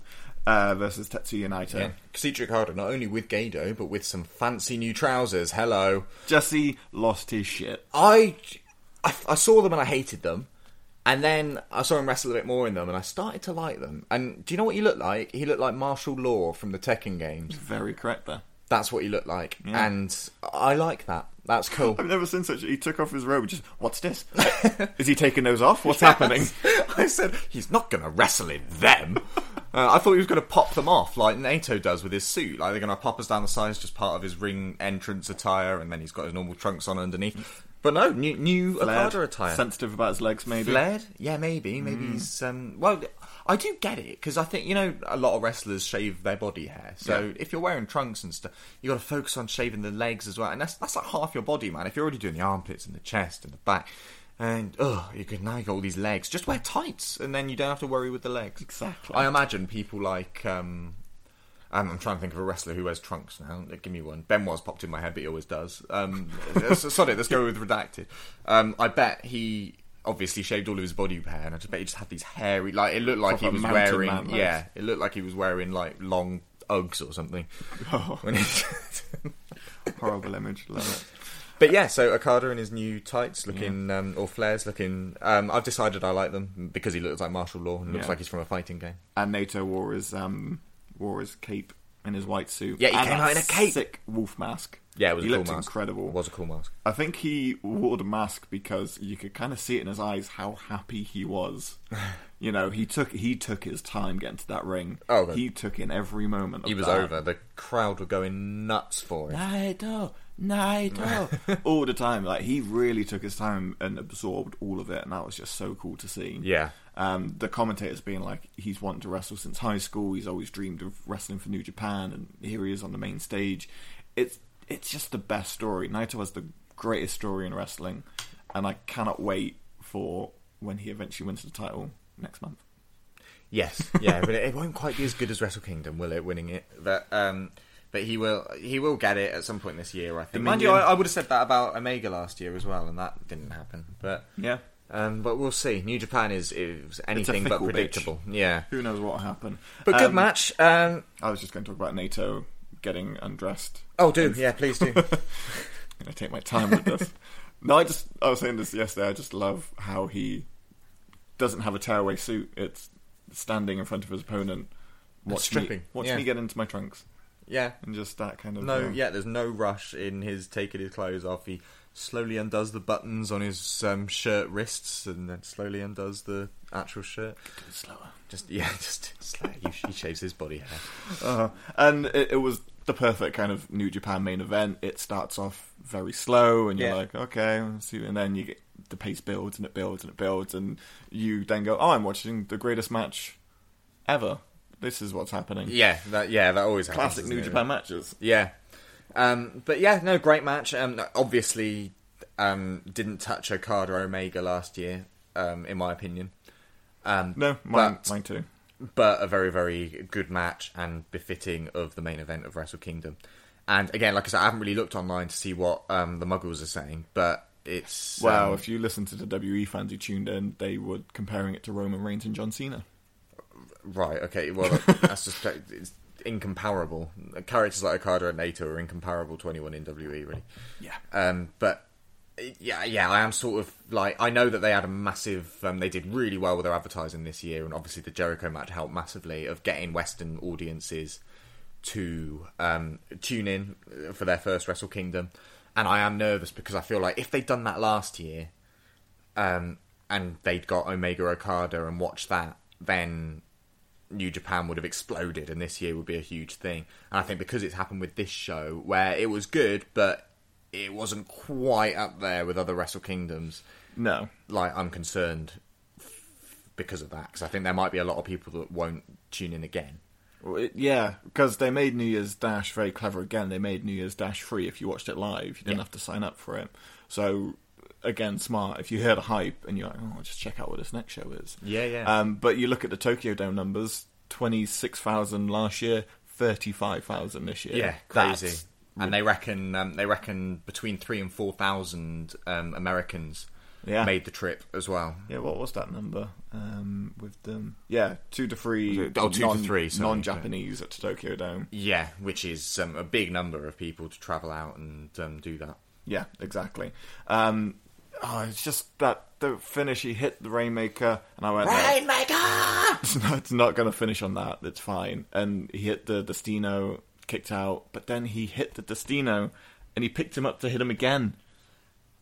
S4: uh, versus Tetsuya Naito.
S6: Yeah. Cedric Harder, not only with Gado, but with some fancy new trousers. Hello.
S4: Jesse lost his shit.
S6: I, I, I saw them and I hated them. And then I saw him wrestle a bit more in them and I started to like them. And do you know what he looked like? He looked like Martial Law from the Tekken games.
S4: Very correct there.
S6: That's what he looked like.
S4: Yeah.
S6: And I like that. That's cool.
S4: I've never seen such. He took off his robe. Just what's this? Is he taking those off? What's happening?
S6: I said, he's not going to wrestle in them. Uh, I thought he was going to pop them off like NATO does with his suit. Like they're going to pop us down the sides, just part of his ring entrance attire, and then he's got his normal trunks on underneath. But no, new, new Okada attire.
S4: Sensitive about his legs, maybe. Mm.
S6: Flared? Yeah, maybe. Maybe he's. Um, well, I do get it because I think you know a lot of wrestlers shave their body hair. So
S4: Yeah.
S6: if you're wearing trunks and stuff, you got to focus on shaving the legs as well, and that's that's like half your body, man. If you're already doing the armpits and the chest and the back, and oh, you could now you got all these legs. Just wear tights, and then you don't have to worry with the legs.
S4: Exactly.
S6: I imagine people like. Um, um, I'm trying to think of a wrestler who wears trunks now. Give me one. Ben was popped in my head, but he always does. Um, so- sod it, let's go with redacted. Um, I bet he obviously shaved all of his body hair, and I just bet he just had these hairy, like it looked like he
S4: Proper
S6: was
S4: mountain
S6: wearing,
S4: man legs.
S6: yeah, it looked like he was wearing like long Uggs or something.
S4: Oh,
S6: When it-
S4: horrible image. Love it.
S6: But yeah, so Okada in his new tights, looking um, or flares, looking. Um, I've decided I like them because he looks like martial law and looks
S4: Yeah.
S6: like he's from a fighting game.
S4: And NATO wore his um wore his cape and his white suit.
S6: Yeah, he
S4: and
S6: came
S4: that
S6: out in a cape.
S4: Sick wolf mask.
S6: Yeah, it was
S4: he
S6: a cool
S4: looked
S6: mask.
S4: incredible.
S6: It was a cool mask.
S4: I think he wore the mask because you could kind of see it in his eyes how happy he was. you know, he took he took his time getting to that ring.
S6: Oh, good.
S4: he took in every moment. Of
S6: He was
S4: that.
S6: over. The crowd were going nuts for him.
S4: Naito, Naito, all the time. Like he really took his time and absorbed all of it, and that was just so cool to see.
S6: Yeah.
S4: Um, the commentators being like, he's wanted to wrestle since high school. He's always dreamed of wrestling for New Japan, and here he is on the main stage. It's it's just the best story. Naito has the greatest story in wrestling, and I cannot wait for when he eventually wins the title next month.
S6: Yes, yeah, but it, it won't quite be as good as Wrestle Kingdom, will it? Winning it, but um, but he will he will get it at some point this year, I think. Mind you,
S4: Dominion-
S6: I, I would have said that about Omega last year as well, and that didn't happen. But
S4: Yeah.
S6: um, but we'll see. New Japan is is anything but
S4: fickle bitch.
S6: predictable. Yeah,
S4: Who knows what will happen?
S6: but good
S4: Um,
S6: match. Um,
S4: I was just going to talk about NATO getting undressed.
S6: oh, do yeah, please do.
S4: I'm gonna take my time with this. no, I just I was saying this yesterday. I just love how he doesn't have a tearaway suit. It's standing in front of his opponent, watch
S6: stripping,
S4: me, watch
S6: yeah.
S4: me get into my trunks,
S6: yeah,
S4: and just that kind of
S6: no,
S4: um,
S6: yeah. There's no rush in his taking his clothes off. He slowly undoes the buttons on his um, shirt wrists, and then slowly undoes the actual shirt.
S4: slower.
S6: Just yeah, just, just like he, he shaves his body hair.
S4: Uh, and it, it was the perfect kind of New Japan main event. It starts off very slow, and you're
S6: Yeah.
S4: like, okay, we'll see, and then you get the pace builds and it builds and it builds, and you then go, oh, I'm watching the greatest match ever. This is what's happening.
S6: Yeah, that yeah, that always happens.
S4: Classic
S6: doesn't
S4: New
S6: it?
S4: Japan matches.
S6: Yeah, um, but yeah, no, great match. Um, obviously, um, didn't touch Okada Omega last year, um, in my opinion. Um,
S4: No, mine,
S6: but,
S4: mine too.
S6: but a very very good match and befitting of the main event of Wrestle Kingdom. And again, like I said, I haven't really looked online to see what um, the Muggles are saying, but it's
S4: Wow,
S6: um,
S4: if you listen to the WE fans who tuned in, they were comparing it to Roman Reigns and John Cena.
S6: Right. Okay. Well, that's just it's incomparable. Characters like Okada and Naito are incomparable to anyone in WWE, really.
S4: Yeah.
S6: Um. But yeah, yeah, I am sort of like I know that they had a massive. Um, they did really well with their advertising this year, and obviously the Jericho match helped massively of getting Western audiences to um, tune in uh, for their first Wrestle Kingdom. And I am nervous because I feel like if they'd done that last year, um, and they'd got Omega Okada and watched that, then New Japan would have exploded, and this year would be a huge thing. And I think because it's happened with this show, where it was good, but it wasn't quite up there with other Wrestle Kingdoms,
S4: No.
S6: like I'm concerned f- because of that. Because I think there might be a lot of people that won't tune in again.
S4: Well, it- yeah, because they made New Year's Dash very clever again. They made New Year's Dash free if you watched it live. You didn't
S6: Yeah.
S4: have to sign up for it. So, again, smart. If you hear the hype and you're like, oh, I'll just check out what this next show is.
S6: Yeah, yeah.
S4: Um, but you look at the Tokyo Dome numbers 26,000 last year, 35,000 this year.
S6: Yeah,
S4: That's-
S6: crazy. And they reckon um, they reckon between three and four thousand um, Americans
S4: Yeah.
S6: made the trip as well.
S4: Yeah, what was that number um, with them? Yeah, two to three.
S6: it- oh, two to
S4: non,
S6: three, sorry.
S4: non-Japanese at Tokyo Dome.
S6: Yeah, which is um, a big number of people to travel out and um, do that.
S4: Yeah, exactly. Um, oh, it's just that the finish. He hit the Rainmaker, and I went, "No,
S6: Rainmaker.
S4: it's not, it's not going to finish on that. It's fine." And he hit the Destino, kicked out, but then he hit the Destino, and he picked him up to hit him again.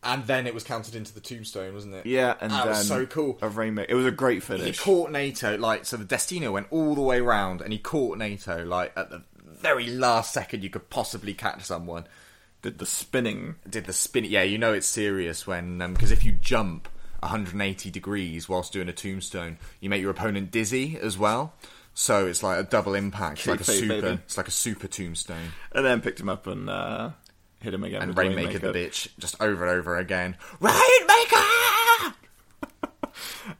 S6: And then it was counted into the tombstone, wasn't it?
S4: Yeah, and
S6: that
S4: then
S6: was so cool.
S4: A Rainmaker. It was a great
S6: He
S4: finish.
S6: caught NATO like so. The Destino went all the way round, and he caught NATO like at the very last second you could possibly catch someone.
S4: Did the spinning.
S6: did the spin. Yeah, you know it's serious when because if you jump 180 degrees whilst doing a tombstone, you make your opponent dizzy as well. So it's like a double impact, it's like a
S4: Kickflip,
S6: super,
S4: baby.
S6: it's like a super tombstone,
S4: And then picked him up and uh, hit him again.
S6: and
S4: with
S6: Rainmaker the bitch just over and over again. Rainmaker.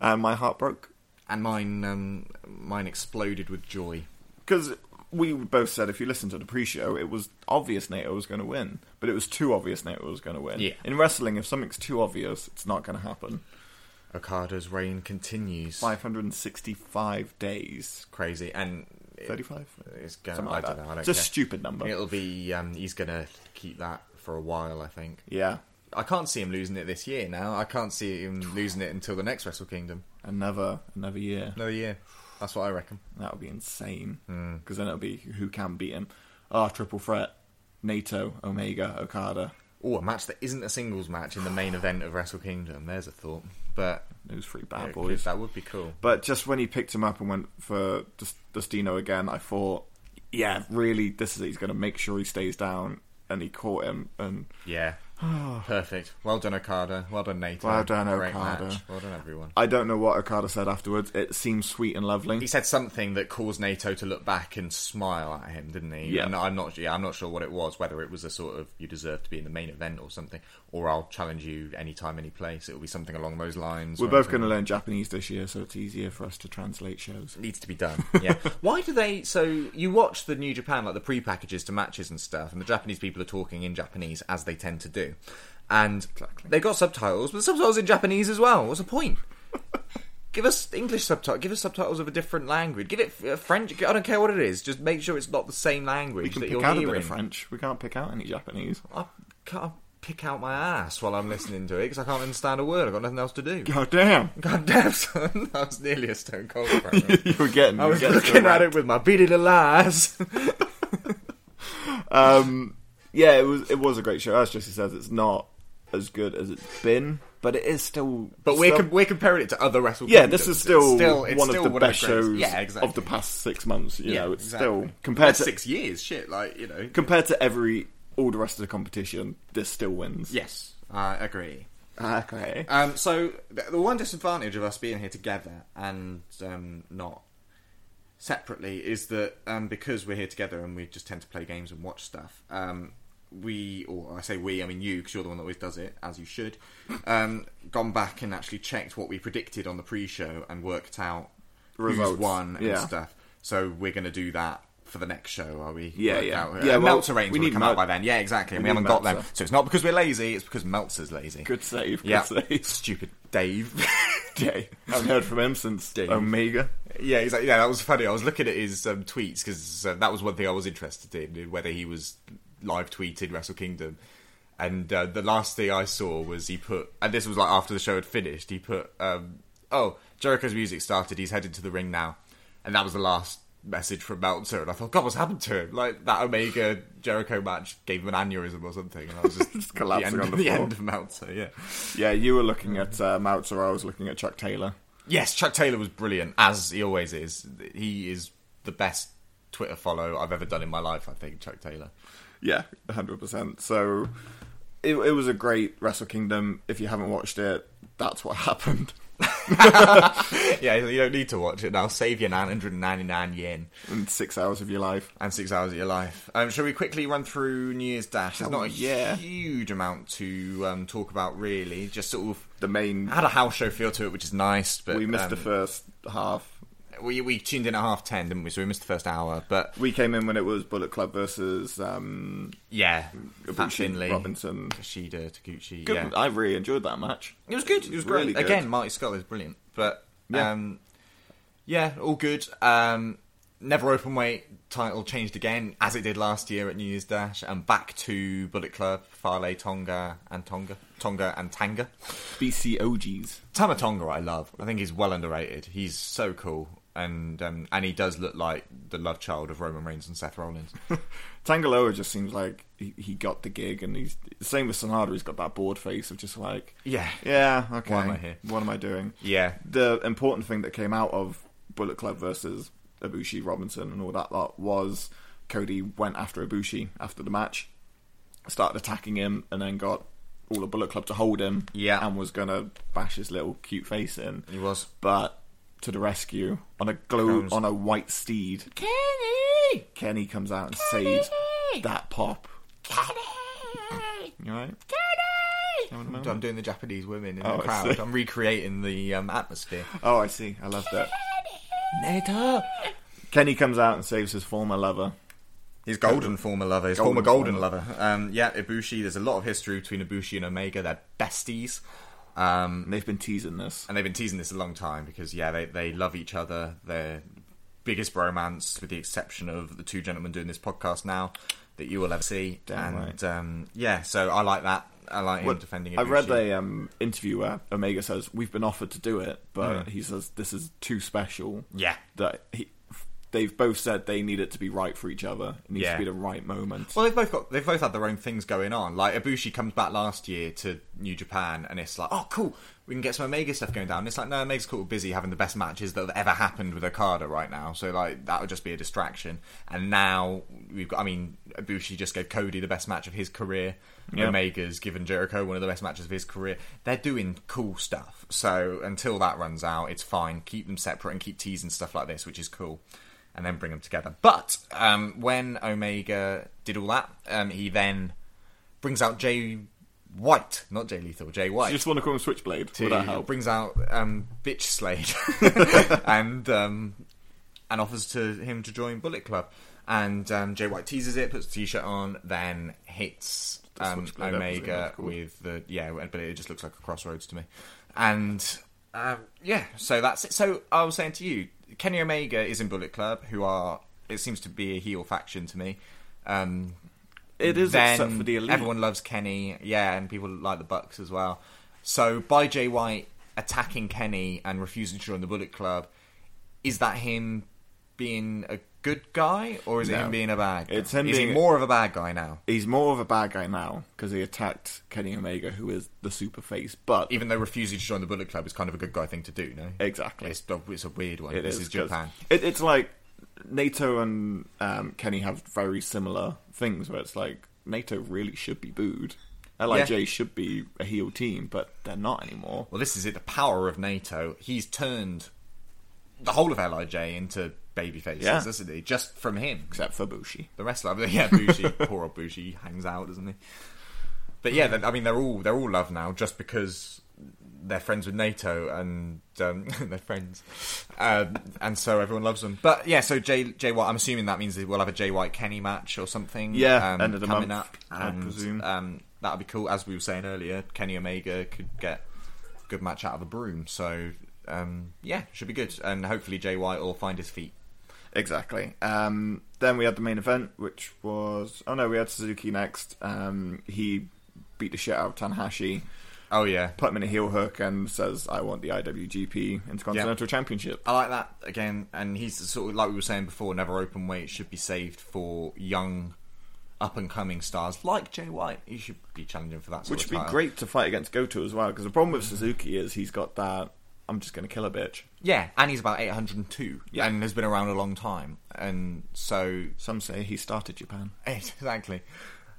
S4: And my heart broke.
S6: And mine, um, mine exploded with joy.
S4: because we both said if you listen to the pre-show, it was obvious NATO was going to win, but it was too obvious NATO was going to win.
S6: Yeah.
S4: In wrestling, if something's too obvious, it's not going to happen.
S6: Okada's reign continues.
S4: 565 days.
S6: Crazy, and
S4: Thirty-five.
S6: It's going.
S4: Something
S6: I
S4: like
S6: don't
S4: that.
S6: know. I don't
S4: it's a
S6: care.
S4: stupid number.
S6: It'll be. Um, he's gonna keep that for a while. I think.
S4: Yeah,
S6: I can't see him losing it this year. Now I can't see him losing it until the next Wrestle Kingdom.
S4: another another year.
S6: Another year. That's what I reckon.
S4: That would be insane.
S6: Hmm.
S4: Because then it'll be who can beat him. Ah, triple threat: NATO, Omega, Okada.
S6: Oh, a match that isn't a singles match in the main event of Wrestle Kingdom. There's a thought. But
S4: Those three bad
S6: yeah,
S4: boys.
S6: that would be cool.
S4: But just when he picked him up and went for Dus- Destino again, I thought, yeah, really, this is it. He's going to make sure he stays down. And he caught him. And
S6: Yeah. Perfect. Well done, Okada. Well done, Nato.
S4: Well done,
S6: Great
S4: Okada.
S6: Match. Well done, everyone.
S4: I don't know what Okada said afterwards. It seems sweet and lovely.
S6: He said something that caused Nato to look back and smile at him, didn't he?
S4: Yeah.
S6: And I'm not. Yeah, I'm not sure what it was. Whether it was a sort of "you deserve to be in the main event" or something, or "I'll challenge you anytime, any place." It will be something along those lines.
S4: We're
S6: or
S4: both
S6: anything.
S4: going to learn Japanese this year, so it's easier for us to translate shows.
S6: needs to be done. Yeah. Why do they? So you watch the New Japan like the pre-packages to matches and stuff, and the Japanese people are talking in Japanese as they tend to do, and
S4: Exactly.
S6: they got subtitles, but the subtitles in Japanese as well. What's the point? give us English subtitles. Give us subtitles of a different language. Give it uh, French. I don't care what it is. Just make sure it's not the same language
S4: We can
S6: that
S4: pick
S6: you're
S4: out
S6: hearing.
S4: a bit of French. We can't pick out any Japanese.
S6: I can't pick out my ass while I'm listening to it because I can't understand a word. I've got nothing else to do.
S4: God damn.
S6: God damn, son! I was nearly a stone cold. Program.
S4: you were getting.
S6: I
S4: you were
S6: was
S4: getting
S6: looking
S4: so
S6: at it with my beady little eyes.
S4: um, yeah, it was it was a great show. As Jesse says, it's not as good as it's been, but it is still.
S6: But we're,
S4: still-
S6: com- we're comparing it to other Wrestle
S4: yeah,
S6: Kingdoms.
S4: this is
S6: It's
S4: still,
S6: it's
S4: one
S6: still
S4: of the best
S6: greatest-
S4: shows
S6: yeah, exactly.
S4: of the past six months. You
S6: Yeah,
S4: know, it's
S6: exactly.
S4: still compared
S6: That's
S4: to
S6: six years. Shit, like you know.
S4: compared to every all the rest of the competition, this still wins. Ah,
S6: Yes, I agree.
S4: Okay.
S6: Um, so th- the one disadvantage of us being here together and um, not separately is that um, because we're here together and we just tend to play games and watch stuff. Um, we, or I say we, I mean you, because you're the one that always does it, as you should. Um, gone back and actually checked what we predicted on the pre-show and worked out
S4: Results,
S6: who's won and
S4: yeah.
S6: stuff. So we're going to do that for the next show, are we?
S4: Yeah,
S6: Work
S4: yeah.
S6: out-
S4: Yeah,
S6: uh,
S4: well,
S6: Meltzer ratings
S4: we
S6: will
S4: need
S6: come
S4: Mel-
S6: out by then. Yeah, exactly. And
S4: we
S6: we,
S4: need
S6: haven't got them,
S4: Meltzer.
S6: so it's not because we're lazy. It's because Meltzer's lazy.
S4: Good save. Good
S6: Yeah,
S4: save.
S6: stupid Dave.
S4: Okay. Haven't heard from him since
S6: Dave.
S4: Omega.
S6: yeah, he's like, yeah, that was funny. I was looking at his um, tweets because uh, that was one thing I was interested in whether he was live tweeted Wrestle Kingdom. And uh, the last thing I saw was he put, and this was like after the show had finished. He put, um, "Oh, Jericho's music started. He's headed to the ring now," and that was the last message from Meltzer. And I thought, God, what's happened to him? Like that Omega Jericho match gave him an aneurysm or something, and I was just,
S4: Just collapsing
S6: the end,
S4: on the
S6: the
S4: floor.
S6: end of Meltzer. Yeah.
S4: Yeah, you were looking
S6: Mm-hmm.
S4: at uh, Meltzer. I was looking at Chuck Taylor.
S6: Yes, Chuck Taylor was brilliant, as he always is. He is the best Twitter follow I've ever done in my life, I think, Chuck Taylor.
S4: Yeah, hundred percent. So it, it was a great Wrestle Kingdom. If you haven't watched it, that's what happened.
S6: Yeah, you don't need to watch it now. Save your 999 yen
S4: in six hours of your life.
S6: and six hours of your life. Um, shall we quickly run through New Year's Dash? There's
S4: Hell
S6: not a
S4: Oh, yeah.
S6: huge amount to um, talk about, really. Just sort of
S4: The main
S6: had a house show feel to it, which is nice. But
S4: we missed
S6: Ah, um,
S4: the first half.
S6: We, we tuned in at half ten, didn't we? So we missed the first hour. But
S4: We came in when it was Bullet Club versus um,
S6: yeah, Pat
S4: Ibushi,
S6: Finley,
S4: Robinson.
S6: Kushida, Taguchi.
S4: Good.
S6: yeah.
S4: I really enjoyed that match.
S6: It was good. It was great.
S4: really good.
S6: Again, Marty Skull is brilliant. But
S4: Yeah.
S6: um, yeah, all good. Um, never open weight title changed again, as it did last year at New Year's Dash, and back to Bullet Club, Farley, Tonga, and Tonga, Tonga and Tanga.
S4: BCOGs.
S6: Tama Tonga, I love. I think he's well underrated. He's so cool, and um, and he does look like the love child of Roman Reigns and Seth Rollins.
S4: Tangaloa just seems like he, he got the gig, and he's same with Sonata. He's got that bored face of just like,
S6: Yeah.
S4: yeah, okay,
S6: Why am I here?
S4: What am I doing?
S6: Yeah.
S4: The important thing that came out of Bullet Club versus Ibushi, Robinson, and all that lot was Cody went after Ibushi after the match, started attacking him, and then got all the Bullet Club to hold him,
S6: Yeah.
S4: and was gonna bash his little cute face in.
S6: He was.
S4: but to the rescue on a glow
S6: Comes-
S4: on a white steed.
S6: Kenny,
S4: Kenny comes out and
S6: Kenny!
S4: saves that pop.
S6: Kenny.
S4: You all right?
S6: I'm doing the Japanese women in
S4: Oh,
S6: the
S4: I
S6: crowd.
S4: see.
S6: I'm recreating the um, atmosphere.
S4: Oh, I see. I love that.
S6: Neta.
S4: Kenny comes out and saves his former lover.
S6: His golden former lover, his
S4: Golden
S6: former golden
S4: former.
S6: lover. Um, yeah, Ibushi. There's a lot of history between Ibushi and Omega. They're besties, um,
S4: And they've been teasing this.
S6: and they've been teasing this a long time because yeah, they they love each other. They're biggest bromance, with the exception of the two gentlemen doing this podcast now, that you will ever see.
S4: Damn right.
S6: and um, yeah, so I like that. I like him
S4: Well,
S6: defending.
S4: I read
S6: Ibushi.
S4: a um, interview where Omega says we've been offered to do it, but he says this is too special.
S6: Yeah.
S4: that he, they've both said they need it to be right for each other. It needs
S6: Yeah.
S4: to be the right moment.
S6: Well, they've both got they've both had their own things going on. Like Ibushi comes back last year to New Japan, and it's like, oh, cool, we can get some Omega stuff going down. And it's like, no, Omega's cool, busy having the best matches that have ever happened with Okada right now. So like that would just be a distraction. And now we've got, I mean, Ibushi just gave Cody the best match of his career.
S4: Yeah.
S6: Omega's given Jericho one of the best matches of his career. They're doing cool stuff. So until that runs out, it's fine. Keep them separate and keep teasing stuff like this, which is cool and then bring them together. But um, when Omega did all that, um, he then brings out Jay White, not Jay Lethal, Jay White.
S4: you just want to call him Switchblade.
S6: to-
S4: Would that help?
S6: brings out um, Bitch Slade and um, and offers to him to join Bullet Club. And um, Jay White teases it, puts the t-shirt on, then hits um,
S4: Switchblade episode,
S6: Omega
S4: that's cool.
S6: with the yeah, but it just looks like a crossroads to me. And um, yeah, so that's it. So I was saying to you, Kenny Omega is in Bullet Club, who are it seems to be a heel faction to me. Um,
S4: It is,
S6: then
S4: except for the elite.
S6: Everyone loves Kenny, yeah, and people like the Bucks as well. So by Jay White attacking Kenny and refusing to join the Bullet Club, is that him being a good guy or is it
S4: No.
S6: him being a bad? Guy?
S4: It's him
S6: is he
S4: being-
S6: more of a bad guy now?
S4: He's more of a bad guy now because he attacked Kenny Omega, who is the super face. But
S6: Even though refusing to join the Bullet Club is kind of a good guy thing to do, no?
S4: Exactly.
S6: It's, it's a weird one.
S4: It
S6: this is,
S4: 'cause
S6: Japan.
S4: It, it's like NATO and um, Kenny have very similar things where it's like NATO really should be booed. Lij
S6: Yeah.
S4: should be a heel team, but they're not anymore.
S6: Well, this is it. The power of NATO. He's turned the whole of Lij into baby faces,
S4: Yeah.
S6: isn't he? Just from him.
S4: Except for Bushi.
S6: The wrestler, I mean, yeah, Bushi, poor old Bushi hangs out, doesn't he? But
S4: Mm.
S6: yeah, they- I mean, they're all they're all loved now just because they're friends with NATO and um, they're friends, um, and so everyone loves them. But yeah, so Jay Jay White, I'm assuming that means we'll have a Jay White Kenny match or something. um,
S4: Yeah, end of the
S6: coming
S4: month,
S6: up,
S4: I
S6: and,
S4: presume.
S6: um, that'd be cool. As we were saying earlier, Kenny Omega could get a good match out of a broom. So um, yeah, should be good, and hopefully Jay White will find his feet.
S4: Exactly. Um, then we had the main event, which was oh no, we had Suzuki next. Um, he beat the shit out of Tanahashi,
S6: Oh yeah,
S4: put him in a heel hook, and says, "I want the IWGP Intercontinental Championship."
S6: I like that again, and he's the sort of like we were saying before. Another open weight should be saved for young, up and coming stars like Jay White. He should be challenging for that. Sort
S4: Which
S6: of
S4: would be
S6: title.
S4: great to fight against Goto as well, because the problem with Suzuki is he's got that I'm just going to kill a bitch.
S6: Yeah, and he's about eight hundred and two,
S4: Yeah.
S6: and has been around a long time, and so
S4: Some say he started Japan.
S6: exactly.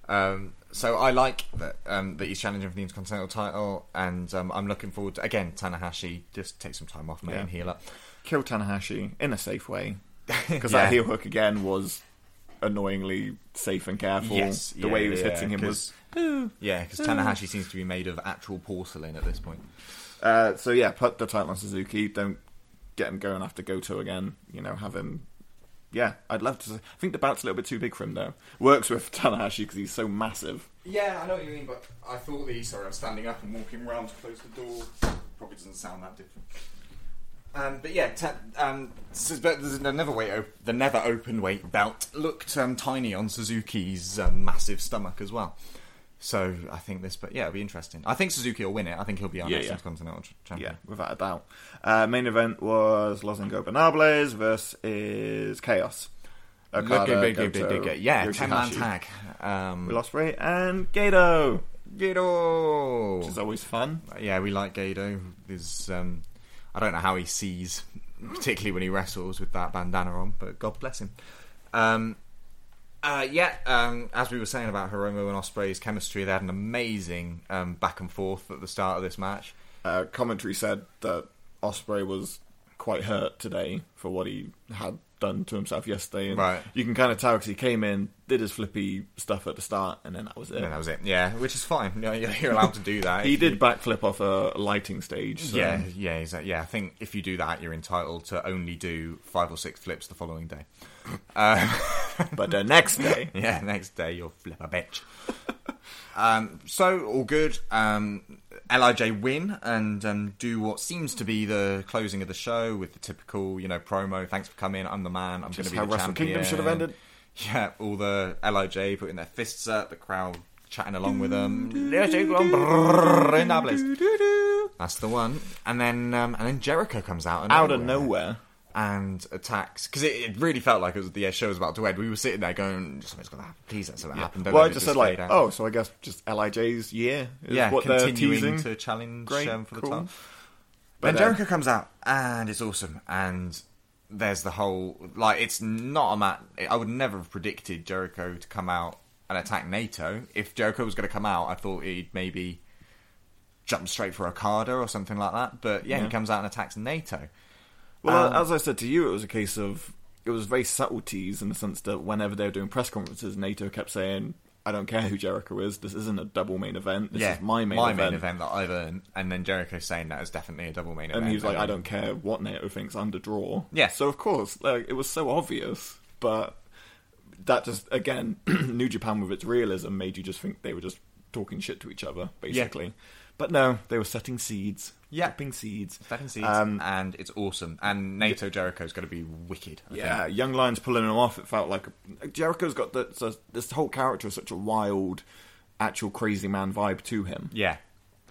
S6: Um, so I like that um, that he's challenging for the Intercontinental title, and um, I'm looking forward to, again. Tanahashi just take some time off, mate,
S4: Yeah.
S6: and heal up.
S4: Kill Tanahashi in a safe way, because
S6: Yeah.
S4: that heel hook again was annoyingly safe and careful.
S6: Yes,
S4: the
S6: yeah,
S4: way he was
S6: yeah,
S4: hitting him was.
S6: 'cause- Yeah,
S4: Hmm.
S6: because Tanahashi seems to be made of actual porcelain at this point.
S4: Uh, so yeah, put the title on Suzuki. Don't get him going after Goto again. You know, have him. Yeah, I'd love to. I think the bout's a little bit too big for him though. Works with Tanahashi because he's so massive.
S6: Yeah, I know what you mean, but I thought the sorry, I'm standing up and walking around to close the door. Probably doesn't sound that different. Um, but yeah, ta- um, s- but there's another weight, op- the never open weight belt looked um, tiny on Suzuki's um, massive stomach as well. So I think this, but yeah, it'll be interesting. I think Suzuki will win it. I think he'll be our
S4: Yeah,
S6: next
S4: yeah.
S6: Intercontinental ch-
S4: Yeah,
S6: champion.
S4: without a doubt. Uh, main event was Los Ingobernables versus Chaos. Okada,
S6: Look, big, big,
S4: Goto,
S6: big, big, yeah, ten man
S4: Yoshihashi.
S6: tag. Um,
S4: We lost Ray and Gato,
S6: Gato.
S4: which is always fun.
S6: yeah, we like Gado. There's, um, I don't know how he sees, particularly when he wrestles with that bandana on, but God bless him. Um, uh, yeah, um, as we were saying about Hiromu and Osprey's chemistry, they had an amazing um, back and forth at the start of this match.
S4: Uh, commentary said that Osprey was quite hurt today for what he had done to himself yesterday. And
S6: Right.
S4: You can kind of tell because he came in, did his flippy stuff at the start, and then that was it.
S6: And then that was it. Yeah, which is fine. You know, You're you're allowed to do that.
S4: He did backflip off a lighting stage. So
S6: Yeah, yeah, exactly. Yeah, I think if you do that, you're entitled to only do five or six flips the following day.
S4: But the next day,
S6: Yeah, next day you'll flip a bitch. um, so all good. Um, Lij win and um, do what seems to be the closing of the show with the typical, you know, promo. Thanks for coming. I'm the man. I'm going to
S4: Just
S6: be
S4: how
S6: the
S4: Wrestle
S6: champion.
S4: Kingdom should have ended.
S6: Yeah, all the Lij putting their fists up, the crowd chatting along with them. Lij Grand Prix Indianapolis. That's the one. And then um, and then Jericho comes out and
S4: Out of nowhere.
S6: and attacks because it, it really felt like it was the uh, show was about to end. We were sitting there going, "Something's going to happen. Please, that's going to happen." Don't
S4: well, I
S6: let it
S4: just said like,
S6: fade out."
S4: oh, so I guess just Lij's year. Is
S6: yeah,
S4: what they're
S6: continuing
S4: teasing.
S6: to challenge
S4: Great,
S6: um, for the
S4: cool.
S6: title.
S4: But,
S6: But
S4: um,
S6: Jericho comes out and it's awesome. And there's the whole like it's not a match. I would never have predicted Jericho to come out and attack NATO. If Jericho was going to come out, I thought he'd maybe jump straight for Okada or something like that. But yeah, he comes out and attacks NATO.
S4: Well,
S6: Um,
S4: as I said to you, it was a case of it was very subtleties in the sense that whenever they were doing press conferences, NATO kept saying, "I don't care who Jericho is. This isn't a double main event. This
S6: yeah,
S4: is my main event."
S6: that I've earned. And then Jericho saying that is definitely a double main event.
S4: And he was like, "I don't care what NATO thinks. I'm the draw."
S6: Yeah.
S4: So of course, like it was so obvious, but that just again, New Japan with its realism made you just think they were just talking shit to each other, basically. But no, they were setting seeds.
S6: Yeah.
S4: dropping seeds.
S6: Second seeds,
S4: Um,
S6: and it's awesome. And NATO Jericho's going to be wicked. I
S4: Yeah, Young Lion's pulling him off. It felt like Jericho's got the, so this whole character is such a wild, actual crazy man vibe to him,
S6: Yeah.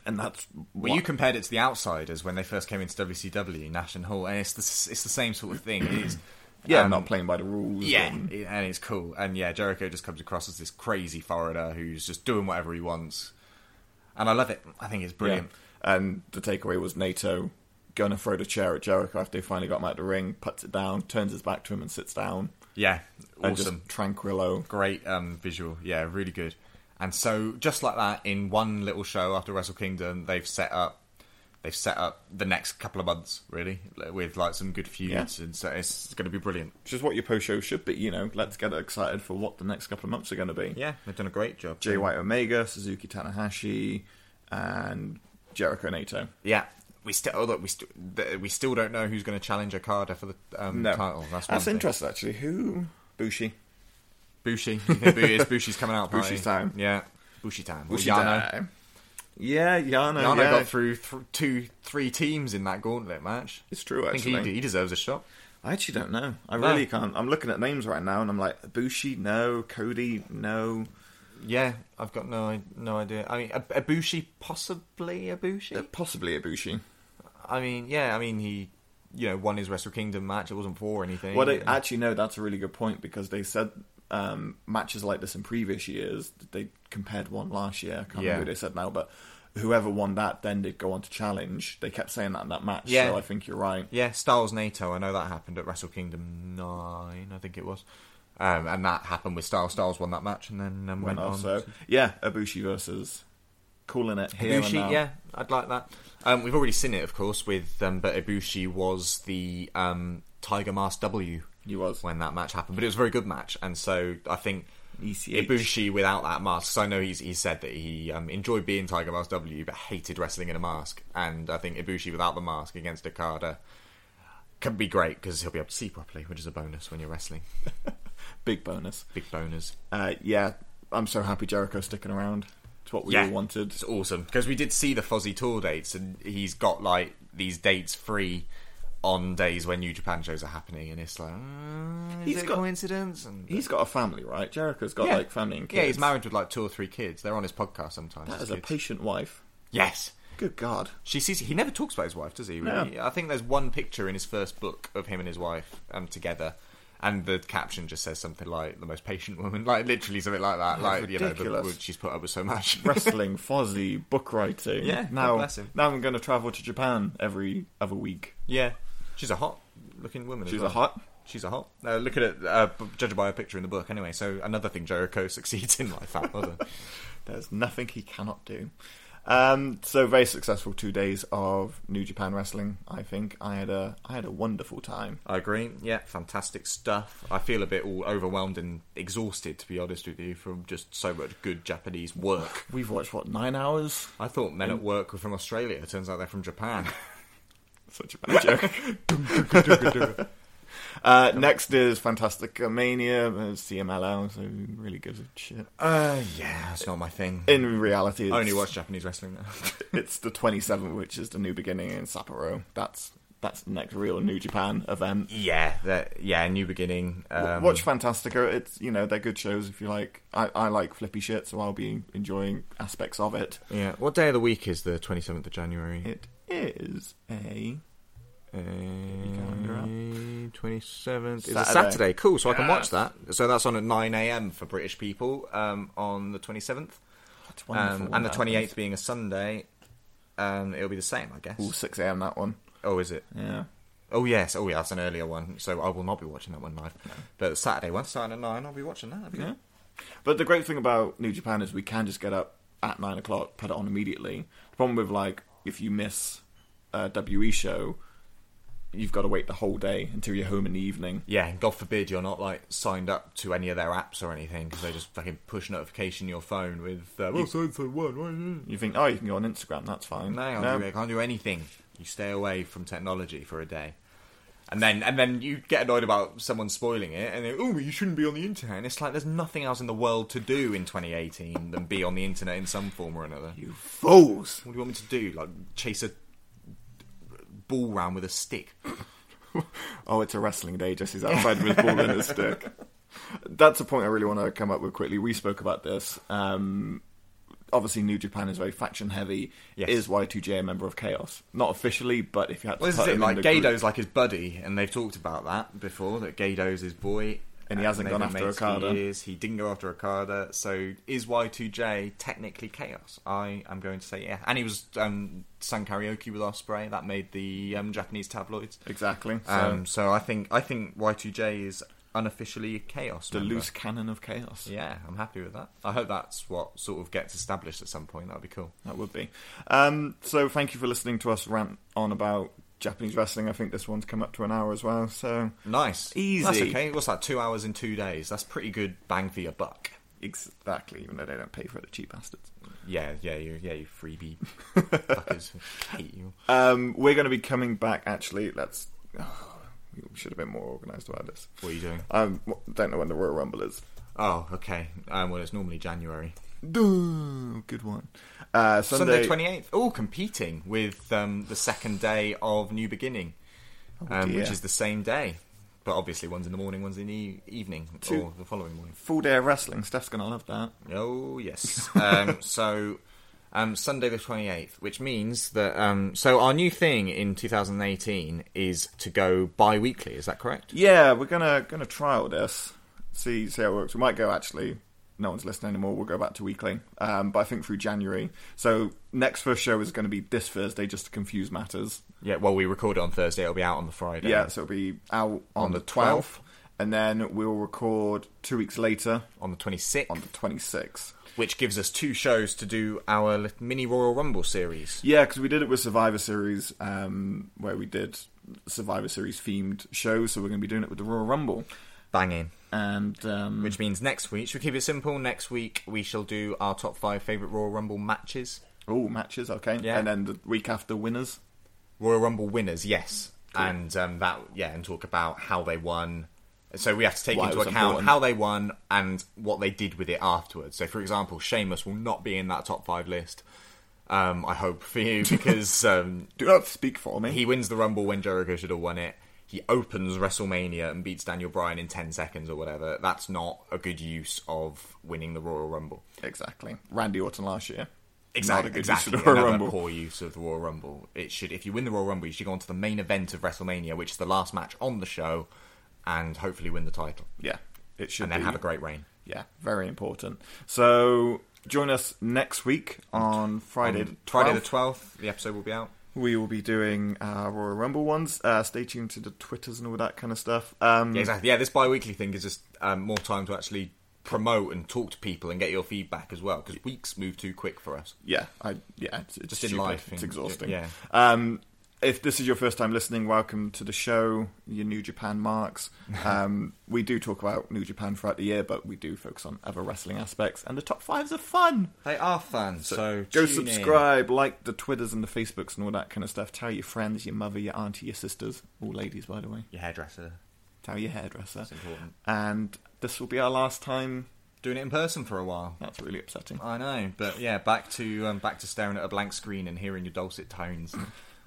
S4: and that's
S6: Well,
S4: what-
S6: you compared it to the Outsiders when they first came into WCW, Nash and Hall, and it's the, s- it's the same sort of thing. It is,
S4: yeah,
S6: um,
S4: not playing by the rules.
S6: yeah,
S4: and-
S6: it- and it's cool. And yeah, Jericho just comes across as this crazy foreigner who's just doing whatever he wants, and I love it. I think it's brilliant.
S4: Yeah. And the takeaway was NATO gonna throw the chair at Jericho after they finally got him out of the ring, puts it down, turns his back to him, and sits down.
S6: Yeah,
S4: And
S6: awesome.
S4: just tranquillo.
S6: great um, visual. Yeah, really good. And so, just like that, in one little show after Wrestle Kingdom, they've set up they've set up the next couple of months really li- with like some good feuds,
S4: Yeah.
S6: and so it's going to be brilliant.
S4: Which is what your post show should be, you know. Let's get excited for what the next couple of months are gonna be.
S6: Yeah, they've done a great job.
S4: Jay White Omega, Suzuki Tanahashi, and Jericho NATO.
S6: Yeah. We still, oh, look, we still, th- we still don't know who's going to challenge Okada for the um,
S4: No.
S6: title. That's, one
S4: That's
S6: thing.
S4: interesting actually. Who Bushi.
S6: Bushi, You think Bu- it's Bushi's coming out. party?
S4: Bushi's time.
S6: Yeah, Bushi time. Or
S4: Bushi
S6: Yano.
S4: died. Yeah, Yano.
S6: Yano
S4: yeah.
S6: got through th- two, three teams in that gauntlet match.
S4: It's true,
S6: I think
S4: actually.
S6: he, he deserves a shot.
S4: I actually don't know. I
S6: No.
S4: really can't. I'm looking at names right now and I'm like, Bushi, no. Cody, no.
S6: Yeah, I've got no i- no idea. I mean, Ab- Ibushi possibly
S4: Uh,
S6: Ibushi.
S4: Possibly Ibushi.
S6: I mean, yeah, I mean he, you know, won his Wrestle Kingdom match. It wasn't for anything.
S4: Well, they, actually, no, that's a really good point because they said um, matches like this in previous years, they compared one last year. I can't
S6: Yeah.
S4: remember who they said now, but whoever won that then did go on to challenge. They kept saying that in that match,
S6: Yeah.
S4: so I think you're right.
S6: yeah, Styles NATO. I know that happened at Wrestle Kingdom nine, I think it was, um, and that happened with Styles. Styles won that match and then um,
S4: When
S6: went on.
S4: also,
S6: to-
S4: Oh, yeah, Ibushi versus calling it here and now.
S6: Ibushi, yeah, I'd like that. Um, we've already seen it, of course, with um, but Ibushi was the um, Tiger Mask W.
S4: He was.
S6: when that match happened, but it was a very good match, and so I think
S4: ECH.
S6: Ibushi without that mask. 'cause I know he's he said that he um, enjoyed being Tiger Mask W, but hated wrestling in a mask, and I think Ibushi without the mask against Okada. Can be great because he'll be able to see properly, which is a bonus when you're wrestling.
S4: Big bonus.
S6: Big bonus.
S4: Uh, yeah, I'm so happy Jericho sticking around. It's what we all wanted.
S6: It's awesome because we did see the Fozzy tour dates, and he's got like these dates free on days when New Japan shows are happening, and it's like, uh, is
S4: He's
S6: it a
S4: got-
S6: coincidence? And
S4: He's got a family, right? Jericho's got like family and kids.
S6: Yeah, he's married with like two or three kids. They're on his podcast sometimes.
S4: That
S6: his
S4: is a
S6: kids.
S4: patient wife.
S6: Yes.
S4: Good God.
S6: She sees. He never talks about his wife, does he? Really? I think there's one picture in his first book of him and his wife um, together, and the caption just says something like "the most patient woman," like literally something like that. like you know,
S4: ridiculous.
S6: the- the- she's put up with so much.
S4: wrestling, Fozzy, book writing.
S6: Yeah, God
S4: now
S6: bless him.
S4: now I'm going to travel to Japan every other week.
S6: yeah, she's a hot looking woman. as
S4: She's a
S6: well.
S4: hot.
S6: She's a hot. Uh, look at it, uh, b- judging by her picture in the book. Anyway, so another thing Jericho succeeds in like that. other.
S4: There's nothing he cannot do. Um, so very successful two days of New Japan wrestling. I think I had a I had a wonderful time.
S6: I agree. Yeah, fantastic stuff. I feel a bit all overwhelmed and exhausted, to be honest with you, from just so much good Japanese work.
S4: We've watched what nine hours.
S6: I thought men at work were from Australia. It turns out they're from Japan.
S4: Such a bad joke. Uh, next is Fantastica Mania, uh, CMLL, so who really gives a shit.
S6: Uh, yeah, that's not my thing.
S4: In reality, it's,
S6: I only watch Japanese wrestling now.
S4: it's the 27th, which is the new beginning in Sapporo. That's that's the next real New Japan event.
S6: yeah, that yeah, new beginning. Um,
S4: Watch Fantastica. It's you know they're good shows if you like. I, I like flippy shit, so I'll be enjoying aspects of it.
S6: Yeah, what day of the week is the twenty seventh of January?
S4: It is a
S6: Twenty seventh. It's a
S4: Saturday.
S6: Saturday. Cool. So I can watch that. So that's on at nine a.m. for British people um, on the twenty seventh,
S4: it's
S6: um,
S4: wonderful
S6: and the
S4: that is.
S6: twenty eighth being a Sunday. Um, it'll be the same, I guess.
S4: Ooh, six a.m. That one.
S6: Oh, is it?
S4: Yeah.
S6: Oh yes. Oh yeah. That's an earlier one. So I will not be watching that one live. But the Saturday one, starting at nine, I'll be watching that. Yeah.
S4: But the great thing about New Japan is we can just get up at nine o'clock, put it on immediately. The problem with like if you miss a WE show, you've got to wait the whole day until you're home in the evening.
S6: Yeah, and God forbid you're not like signed up to any of their apps or anything because they just fucking push notification your phone with. Uh, oh, so so one.
S4: You think, oh, you can go on Instagram, that's fine.
S6: No, I can't do- I can't do anything. You stay away from technology for a day, and then and then you get annoyed about someone spoiling it, and then, oh, you shouldn't be on the internet. And it's like there's nothing else in the world to do in 2018 than be on the internet in some form or another.
S4: You fools!
S6: What do you want me to do? Like chase a ball round with a stick?
S4: Oh, it's a wrestling day. Jesse's outside with his ball in his stick. That's a point I really want to come up with quickly. We spoke about this. Um, obviously, New Japan is very faction heavy.
S6: Yes.
S4: Is Y2J a member of Chaos? Not officially, but if you had to
S6: Well, this
S4: put
S6: is it.
S4: him
S6: Like
S4: in the group-
S6: Gado's like his buddy, and they've talked about that before. That Gado's his boy,
S4: And he hasn't
S6: they've
S4: gone
S6: been
S4: after
S6: mates for
S4: Okada.
S6: Years. He didn't go after Okada. So is Y two J technically chaos? I am going to say yeah. And he was um, sang karaoke with Osprey. That made the um, Japanese tabloids.
S4: Exactly. So
S6: Um, so I think I think Y two J is unofficially chaos.
S4: the
S6: member.
S4: loose cannon of Chaos.
S6: Yeah, I'm happy with that. I hope that's what sort of gets established at some point. That'd be cool.
S4: That would be. Um, so thank you for listening to us rant on about Japanese wrestling. I think this one's come up to an hour as well. So
S6: Nice,
S4: Easy.
S6: That's okay. What's that? Two hours in two days. That's pretty good bang for your buck.
S4: exactly, even though they don't pay for it, the cheap bastards.
S6: Yeah, yeah, you, yeah, you freebie fuckers. hate you.
S4: Um, we're going to be coming back. Actually, let's. oh, we should have been more organised about this.
S6: What are you doing?
S4: I don't know when the Royal Rumble is.
S6: Oh, okay. Um, well, it's normally January.
S4: Duh, good one. Uh, Sunday,
S6: Sunday twenty eighth. Oh, competing with um, the second day of New Beginning, um,
S4: Oh, dear.
S6: which is the same day, but obviously one's in the morning, one's in the e- evening,
S4: Two-
S6: or the following morning.
S4: full day of wrestling. Steph's going to love that.
S6: Oh yes. um, so um, Sunday the twenty eighth, which means that um, so our new thing in two thousand eighteen is to go bi weekly. Is that correct?
S4: Yeah, we're gonna gonna trial this. See see how it works. We might go actually. No one's listening anymore. We'll go back to weekly. Um, but I think through January. So next first show is going to be this Thursday, just to confuse matters.
S6: Yeah. Well, we record it on Thursday. It'll be out on the Friday.
S4: Yeah. So it'll be out on,
S6: On
S4: the
S6: the
S4: twelfth, and then we'll record two weeks later
S6: on the twenty sixth.
S4: on the twenty sixth.
S6: which gives us two shows to do our lit- mini Royal Rumble series.
S4: Yeah, because we did it with Survivor Series, um, where we did Survivor Series themed shows. So we're going to be doing it with the Royal Rumble,
S6: Banging.
S4: and um,
S6: Which means next week, should we keep it simple? Next week we shall do our top five favourite Royal Rumble matches.
S4: oh matches, okay,
S6: Yeah.
S4: and then the week after winners.
S6: Royal Rumble winners, yes. And um, that, yeah, and talk about how they won. So we have to take
S4: Why it
S6: into
S4: was
S6: account
S4: important.
S6: how they won and what they did with it afterwards. So, for example, Sheamus will not be in that top five list. Um, I hope for you because um,
S4: Do not speak for me.
S6: He wins the Rumble when Jericho should have won it. He opens WrestleMania and beats Daniel Bryan in 10 seconds or whatever. That's not a good use of winning the Royal Rumble.
S4: Exactly. Randy Orton last year. Not a
S6: Exactly,
S4: good
S6: exactly.
S4: use of the Royal
S6: Another
S4: Rumble.
S6: poor use of the Royal Rumble. It should, if you win the Royal Rumble, you should go on to the main event of WrestleMania, which is the last match on the show, and hopefully win the title,
S4: Yeah, it should
S6: and then
S4: be.
S6: have a great reign.
S4: Yeah, very important. So join us next week on Friday. the 12th.
S6: Friday the twelfth, the episode will be out.
S4: We will be doing uh, Royal Rumble ones. Uh, stay tuned to the Twitters and all that kind of stuff. Um,
S6: Yeah, exactly. Yeah, this bi-weekly thing is just um, more time to actually promote and talk to people and get your feedback as well because weeks move too quick for us.
S4: yeah, I, yeah, it's, it's
S6: Just in
S4: stupid.
S6: life,
S4: It's
S6: in-
S4: exhausting.
S6: yeah.
S4: Um, if this is your first time listening, welcome to the show, your New Japan marks. Um, we do talk about New Japan throughout the year, but we do focus on other wrestling aspects, and the top fives are fun.
S6: They are fun, so,
S4: go
S6: tune in.
S4: subscribe, like the Twitters and the Facebooks and all that kind of stuff. Tell your friends, your mother, your auntie, your sisters, all ladies, by the way.
S6: Your hairdresser.
S4: Tell your hairdresser. That's
S6: important.
S4: And this will be our last time.
S6: Doing it in person for a while.
S4: That's really upsetting.
S6: I know, but yeah, back to um, back to staring at a blank screen and hearing your dulcet tones.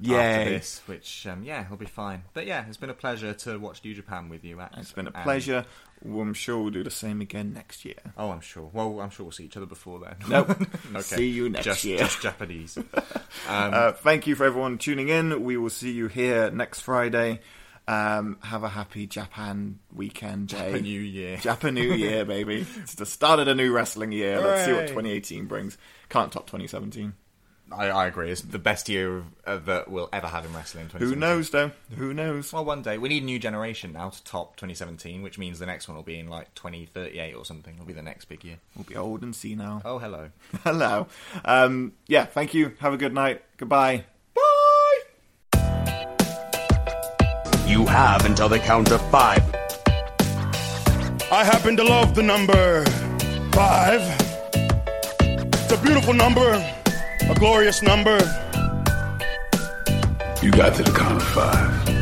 S4: Yay.
S6: After this, which um, yeah, it'll be fine. But yeah, it's been a pleasure to watch New Japan with you. Max.
S4: It's been a
S6: And-
S4: pleasure. Well, I'm sure we'll do the same again next year.
S6: Oh, I'm sure. Well, I'm sure we'll see each other before then.
S4: Nope.
S6: okay.
S4: See you next
S6: just,
S4: year.
S6: Just Japanese. Um,
S4: Uh, thank you for everyone tuning in. We will see you here next Friday. Um, have a happy Japan weekend day.
S6: Happy New Year.
S4: Japan New Year, baby. It's the start of the new wrestling year. Let's see what
S6: Hooray.
S4: 2018 brings. Can't top 2017.
S6: I, I agree. It's the best year of, uh, that we'll ever have in wrestling.
S4: Who
S6: 2017.
S4: knows, though? Who knows?
S6: Well, one day we need a new generation now to top 2017, which means the next one will be in like 2038 or something. It'll be the next big year.
S4: We'll be old and senile.
S6: Oh, hello.
S4: Hello. Um, yeah, thank you. Have a good night. Goodbye.
S6: Bye.
S1: You have until the count of five.
S2: I happen to love the number five. It's a beautiful number, a glorious number.
S3: You got to the count of five.